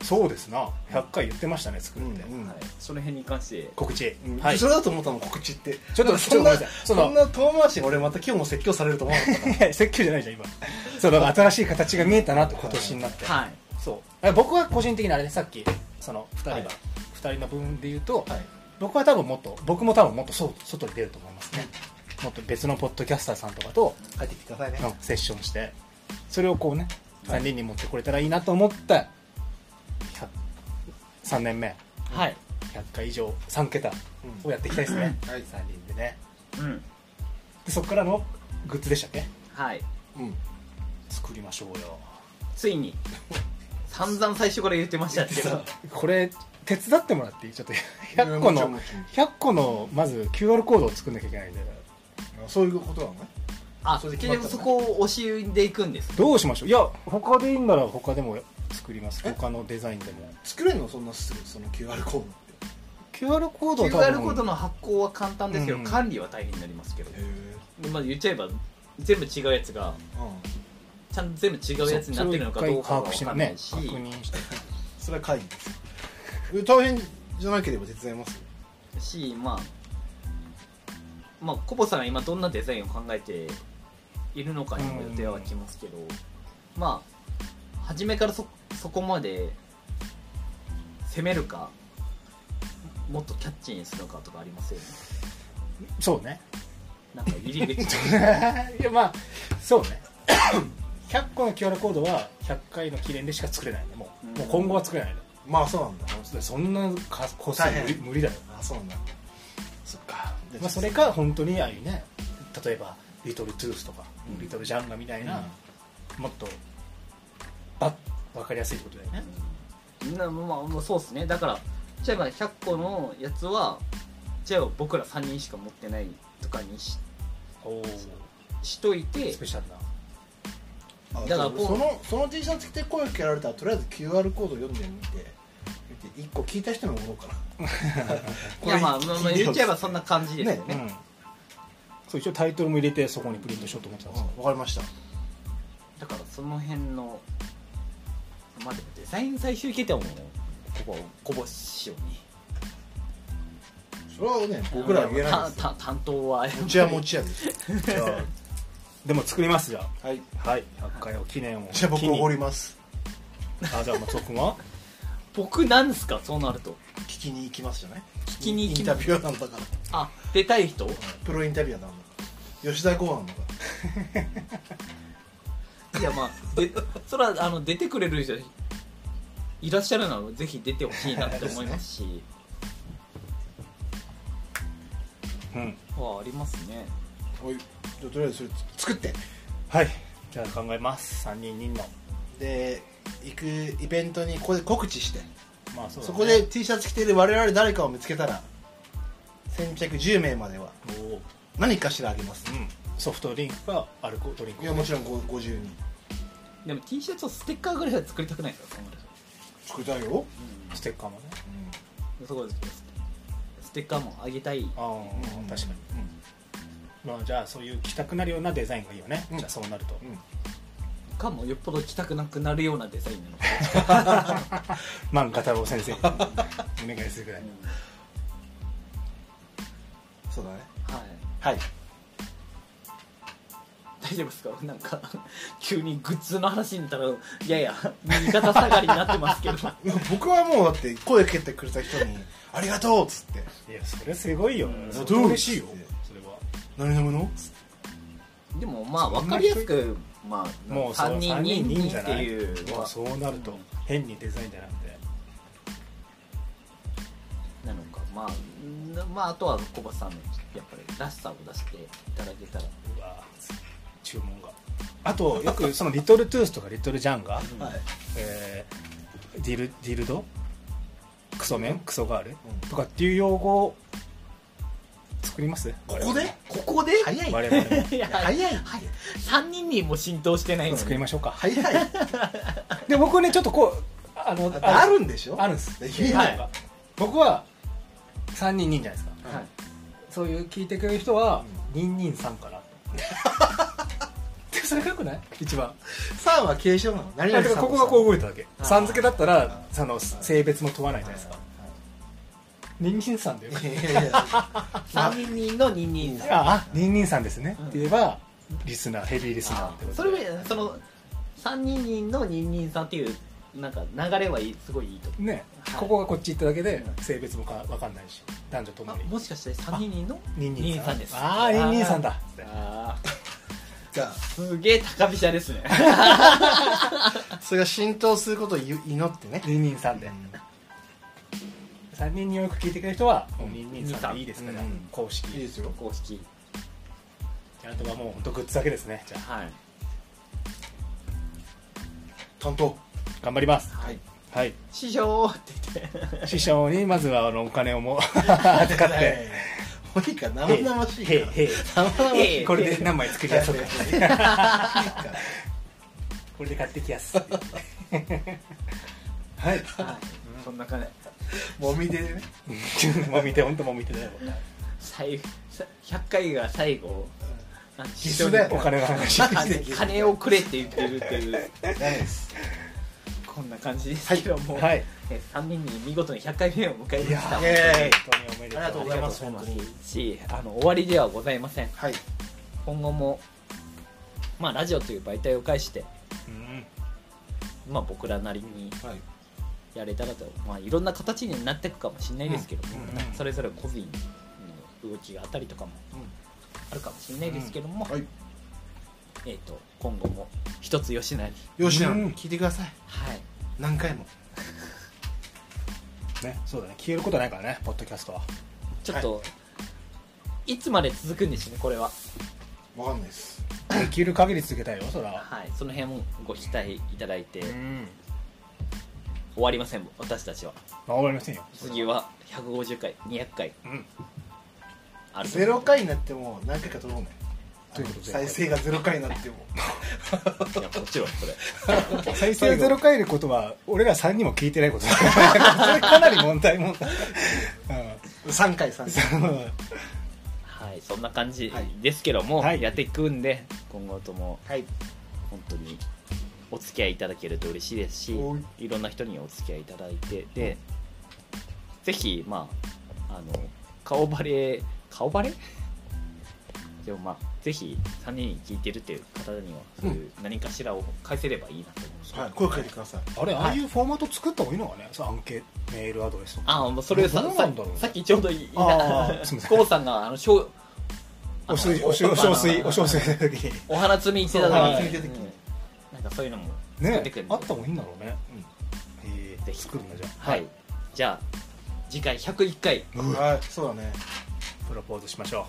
Speaker 3: そうですな100回言ってましたね作
Speaker 2: う
Speaker 3: っ
Speaker 2: ん
Speaker 3: て
Speaker 2: うん
Speaker 1: はい、その辺に関して
Speaker 3: 告知
Speaker 2: うん
Speaker 3: はい
Speaker 2: それだと思ったの告知って
Speaker 3: ちょっと
Speaker 2: そんな
Speaker 3: ちょっとごめんなさいその
Speaker 2: そんな遠回しに俺また今日も説教されると思わなかったから
Speaker 3: いや 説教じゃないじゃん今そうだから新しい形が見えたなと今年になって
Speaker 1: はい
Speaker 3: そう僕は個人的にあれねさっきその2人が、
Speaker 2: はい
Speaker 3: 2人の部分で言うと、
Speaker 2: はい
Speaker 3: 僕は多分もっと僕も多分もっと外外に出ると思いますねもっと別のポッドキャスターさんとかと、
Speaker 2: 帰ってきてくださいね
Speaker 3: うんセッションしてそれをこうね3人に持ってこれたらいいなと思った3年目
Speaker 1: はい
Speaker 3: 100回以上3桁をやっていきたいですね、
Speaker 2: はい
Speaker 3: 3人でね
Speaker 1: うん
Speaker 3: でそこからのグッズでしたっけ
Speaker 1: はい
Speaker 2: うん
Speaker 3: 作りましょうよ
Speaker 1: ついに散々最初から言ってましたけど
Speaker 3: これ手伝ってもらっていいちょっと100個の
Speaker 2: もちろんもち
Speaker 3: 100個のまず QR コードを作んなきゃいけないんで
Speaker 2: ろんそういうことなのね
Speaker 1: あそ
Speaker 2: それで決ま
Speaker 1: 結
Speaker 2: ったの
Speaker 1: 局そこを押し売りでいくんです
Speaker 3: どうしましょういや他でいいんなら他でも作ります
Speaker 2: え
Speaker 3: 他のデザインでも
Speaker 2: 作れるのそんなすぐその QR コードって
Speaker 3: QR コードは多
Speaker 1: QR
Speaker 3: 分
Speaker 1: コードの発行は簡単ですけど、
Speaker 3: うん
Speaker 1: 管理は大変になりますけど
Speaker 2: へ、え
Speaker 1: でまあ、言っちゃえば全部違うやつが
Speaker 2: うん
Speaker 1: ちゃんと全部違うやつになってるのかどうかは
Speaker 3: そう
Speaker 1: 分
Speaker 3: それ
Speaker 1: か
Speaker 3: を
Speaker 1: んな
Speaker 3: 一回
Speaker 1: いし
Speaker 3: 確認ね確認して
Speaker 2: それは会議ですえ大変じゃなければ手伝いますよ
Speaker 1: しまあまあコボさんが今どんなデザインを考えているのかにも予定はきますけど、まあ初めからそそこまで攻めるかもっとキャッチにするかとかありますよね
Speaker 3: そうね
Speaker 1: なんか入り口
Speaker 3: いやまあそうね 100個の QR コードは100回の記念でしか作れないねもう,、
Speaker 1: うん
Speaker 3: もう今後は作れないね
Speaker 2: まあそうなんだ
Speaker 3: そんなか個数無
Speaker 2: 大
Speaker 3: 理
Speaker 2: 変
Speaker 3: 無理だよ
Speaker 2: あそうなんだそっか
Speaker 3: まあ、それか本当にああいうね例えば「リトルトゥース」とか「
Speaker 2: うん
Speaker 3: リトルジャンガ」みたいな、もっとば分かりやすいってことだよね
Speaker 1: なまあまあそうっすねだからじゃあまあ100個のやつはじゃあ僕ら3人しか持ってないとかにし
Speaker 3: おお
Speaker 1: しといて
Speaker 3: スペシャルな
Speaker 2: あ
Speaker 1: だから
Speaker 2: そうそのその T シャツ着て声をかけられたらとりあえず QR コード読んでみて見て一個聞いた人のものかな
Speaker 1: いやまあまあまあ言っちゃえばそんな感じですよね
Speaker 3: うんそう一応タイトルも入れてそこにプリントしようと思ってたんですよ、
Speaker 2: うんわかりました
Speaker 1: だからその辺のまあでもデザイン最終形態もこぼこぼしように
Speaker 2: それはね僕らは言えないです
Speaker 1: たた担当は
Speaker 2: 持ち屋持ち屋です
Speaker 3: じゃあでも作りますじゃ
Speaker 2: はい
Speaker 3: あはい100回を記念を
Speaker 2: じゃあ僕
Speaker 3: 機に
Speaker 2: おごります
Speaker 3: あじゃあ松尾君は
Speaker 1: 僕なんですかそうなると
Speaker 2: 聞きに行きますじゃない
Speaker 1: 聞きに行き
Speaker 2: イン
Speaker 1: ま
Speaker 2: タ
Speaker 1: す
Speaker 2: ビュアーなんだから
Speaker 1: あ出たい人
Speaker 2: プロインタビュアーなんだから吉田剛なんだか
Speaker 1: いやまあでそれはあの出てくれる人いらっしゃるならぜひ出てほしいなって思い ますし
Speaker 3: うん
Speaker 1: はありますね
Speaker 2: らはいじゃあとりあえずそれ作って
Speaker 3: はいじゃあ考えます3人人の
Speaker 2: で行くイベントにここで告知して
Speaker 3: まあそ
Speaker 2: そ,、
Speaker 3: うだね
Speaker 2: こで T シャツ着てる我々誰かを見つけたら先着10名までは
Speaker 3: おー
Speaker 2: 何かしらあげます
Speaker 3: うんソフトドリンクかアルコールドリンク
Speaker 2: いやもちろんご50人
Speaker 1: でも T シャツをステッカーぐらいは作りたくないですかその
Speaker 2: 作りたいよ
Speaker 1: うん
Speaker 3: ステッカーもね
Speaker 1: すごい好きですステッカーもあげたい
Speaker 3: ああ、
Speaker 2: うん
Speaker 3: 確かに、まあじゃあそういう着たくなるようなデザインがいいよね、
Speaker 2: うん
Speaker 3: じゃあそうなると、
Speaker 2: うん、うん
Speaker 1: かもよっぽど着たくなくなるようなデザインなの かな
Speaker 3: 万太郎先生にお願いするぐらい、
Speaker 2: そうだね
Speaker 1: はい
Speaker 3: はい
Speaker 1: 大丈夫ですか なんか急にグッズの話になったらやや右肩下がりになってますけど
Speaker 2: いや僕はもうだって声かけてくれた人に「ありがとう」っつって
Speaker 3: いやそれすごいよ、
Speaker 1: ん
Speaker 3: 相当嬉しいよ
Speaker 2: どう
Speaker 3: それは
Speaker 2: 「何飲むの?」っつって
Speaker 1: でもまあ分かりやすくまあ
Speaker 3: もうそう
Speaker 1: 3人
Speaker 3: 三人
Speaker 1: 2
Speaker 3: 二人
Speaker 1: 人
Speaker 3: じゃ
Speaker 1: って
Speaker 3: ない
Speaker 1: いうの
Speaker 3: もう
Speaker 1: は
Speaker 3: そうなると、変にデザインじゃなくて
Speaker 1: なのかまあなまああとは小バさんのやっぱりらしさを出していただけたら
Speaker 3: うわ注文があとよくそのリトルトゥースとかリトルジャンが、
Speaker 2: はい
Speaker 3: えーディルディルドクソメンクソガール、
Speaker 2: ん
Speaker 3: とかっていう用語を作ります
Speaker 2: ここで
Speaker 1: ここで
Speaker 2: 早い
Speaker 3: 我々も
Speaker 1: いや
Speaker 2: 早い
Speaker 1: 3人にも浸透してないの
Speaker 3: 作り
Speaker 1: に
Speaker 3: ましょうか
Speaker 2: 早い
Speaker 3: で僕ねちょっとこうあの
Speaker 2: ああるんでしょ
Speaker 3: あるんです
Speaker 2: いや
Speaker 1: はい
Speaker 3: 僕は3人人じゃないですか
Speaker 1: はい
Speaker 3: そういう聞いてくれる人は人人さん かなでもそれかよくない一番
Speaker 2: さんは継承なの何
Speaker 3: だ
Speaker 2: 々
Speaker 3: か
Speaker 2: さ
Speaker 3: ら
Speaker 2: ん
Speaker 3: ここがこう
Speaker 2: う
Speaker 3: 動いただけさん付けだったらその性別も問わないじゃないですか人人さんだよ
Speaker 2: いやいやいや
Speaker 1: 3人の2人さん
Speaker 3: ああ人人さんですね
Speaker 1: うん
Speaker 3: って言えばリスナーヘビーリスナーってこと
Speaker 1: それはその3人の2人さんっていうなんか流れはいいすごいいいと思う
Speaker 3: ね
Speaker 1: はい
Speaker 3: ここがこっち行っただけで
Speaker 1: う
Speaker 3: 性別もか分かんないし男女とも
Speaker 1: あ
Speaker 3: に
Speaker 1: もしかして3人の
Speaker 3: 人人
Speaker 1: 人さんです
Speaker 3: ああ人人さんだ
Speaker 1: あー
Speaker 2: じゃ
Speaker 1: すげえ高飛車ですね
Speaker 2: あそれが浸透することを祈ってね
Speaker 3: 人人さんで3人によく聞いてくれる人はもう人人さんでいいですから
Speaker 2: うん
Speaker 3: 公式
Speaker 2: いいですよ
Speaker 1: 公式
Speaker 3: あとはもう本当グッズだけですねじゃあ
Speaker 1: はい
Speaker 2: 担当
Speaker 3: 頑張ります
Speaker 1: はい
Speaker 3: はい
Speaker 1: 師匠って言って
Speaker 3: 師匠にまずはあのお金をも使って
Speaker 2: もういいか生々しい
Speaker 3: へい
Speaker 2: か
Speaker 3: へい
Speaker 2: ら生々しい
Speaker 1: へい
Speaker 3: これで何枚作り
Speaker 2: から
Speaker 3: やすいか
Speaker 2: いいから
Speaker 3: これで買ってきやすはい
Speaker 1: そんな感じ
Speaker 2: もみでね
Speaker 3: もみて本当もみてだよ
Speaker 1: 最後100回が最後なんか師匠に
Speaker 2: 必須だよ
Speaker 3: お金の話
Speaker 2: 必須で
Speaker 1: 金をくれって言ってるっていう
Speaker 2: ダメです
Speaker 1: こんな感じですけども、
Speaker 3: はい
Speaker 1: え3人に見事に100回目を迎えま
Speaker 3: いや
Speaker 1: した
Speaker 2: イエーイ
Speaker 3: 本当におめでとう
Speaker 2: ありがとうございます
Speaker 1: ありがとうございますしあの終わりではございません
Speaker 2: はい
Speaker 1: 今後もまあラジオという媒体を介して
Speaker 3: うん
Speaker 1: まあ僕らなりに
Speaker 2: はい
Speaker 1: やれたらと、まあ、いろんな形になっていくかもしれないですけども、
Speaker 3: うんうん
Speaker 1: それぞれ個人の動きがあったりとかもあるかもしれないですけども、
Speaker 2: はい
Speaker 1: えー、と今後も一つ吉なり、
Speaker 2: よしな
Speaker 3: うん
Speaker 2: 聞いてください
Speaker 1: はい、
Speaker 2: 何回も
Speaker 3: ねそうだね消えることないからねポッドキャストは
Speaker 1: ちょっと、い、つまで続くんですねこれは、
Speaker 2: わかんないです
Speaker 3: できる限り続けたいよそら
Speaker 1: はい、その辺もご期待いただいて、
Speaker 3: うん
Speaker 1: 終わりません私たちは
Speaker 3: まあ終わりませんよ
Speaker 1: 次は150回200回
Speaker 3: うん
Speaker 1: あると
Speaker 2: ゼロ回になっても何回か撮ろうね
Speaker 3: ということで
Speaker 2: 再生がゼロ回になっても
Speaker 1: いやもちろんそれ
Speaker 3: 再生ゼロ回ることは俺ら3人も聞いてないこと だからそれかなり問題も、
Speaker 2: 3回3回
Speaker 1: はいそんな感じですけども、
Speaker 3: はい
Speaker 1: やっていくんで今後とも
Speaker 2: はい
Speaker 1: 本当にお付き合いいただけると嬉しいですし
Speaker 2: おい
Speaker 1: いろんな人にお付き合いいただいてで、ぜひまああの顔バレ顔バレ でもまあぜひ3人に聞いてるっていう方にはそういう何かしらを返せればいいなと思うんですけど、
Speaker 2: はい声かけてください
Speaker 3: あれああいうフォーマット作った方がいいのかねそうアンケメールアドレスとか
Speaker 1: あもうそれをさ
Speaker 3: どうな
Speaker 1: さ
Speaker 3: んだろうね
Speaker 1: さっきちょうどいい
Speaker 3: あ
Speaker 1: な
Speaker 3: ーすいません
Speaker 1: コウさんがあのしょう
Speaker 3: お水お水お小水お小水の時に
Speaker 1: お花摘み行ってた
Speaker 2: そうお
Speaker 1: 時
Speaker 2: 花摘
Speaker 1: に
Speaker 2: み行ってた時に
Speaker 1: うんなんかそういうのも作っ
Speaker 3: ね
Speaker 1: てくるんで
Speaker 3: あった方がいいんだろうね、え
Speaker 1: ぜ
Speaker 3: ー、
Speaker 1: ひ
Speaker 3: 作るんだじゃあ
Speaker 1: はいじゃあ次回101回
Speaker 2: はいそうだね
Speaker 3: プロポーズしましょ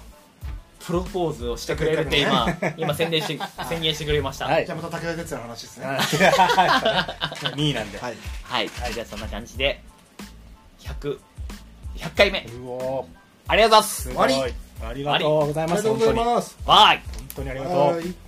Speaker 1: プロポーズをしてくれるって 今今宣伝し宣言してくれまし
Speaker 3: う
Speaker 1: た
Speaker 3: はい
Speaker 2: じゃあまた武田鉄矢の話ですね
Speaker 3: 2位なんで、
Speaker 2: はい
Speaker 1: はいじゃあそんな感じで100100回目
Speaker 3: うおー
Speaker 1: ありがとうございます
Speaker 3: す
Speaker 2: 終
Speaker 3: ご
Speaker 2: わ
Speaker 3: い
Speaker 2: り
Speaker 3: ありがとうござい
Speaker 2: あり
Speaker 3: ま
Speaker 2: が
Speaker 3: す
Speaker 2: とう
Speaker 3: 本当
Speaker 2: ござい
Speaker 3: に本
Speaker 2: ます
Speaker 1: バイ
Speaker 3: 当にありがとう
Speaker 2: はい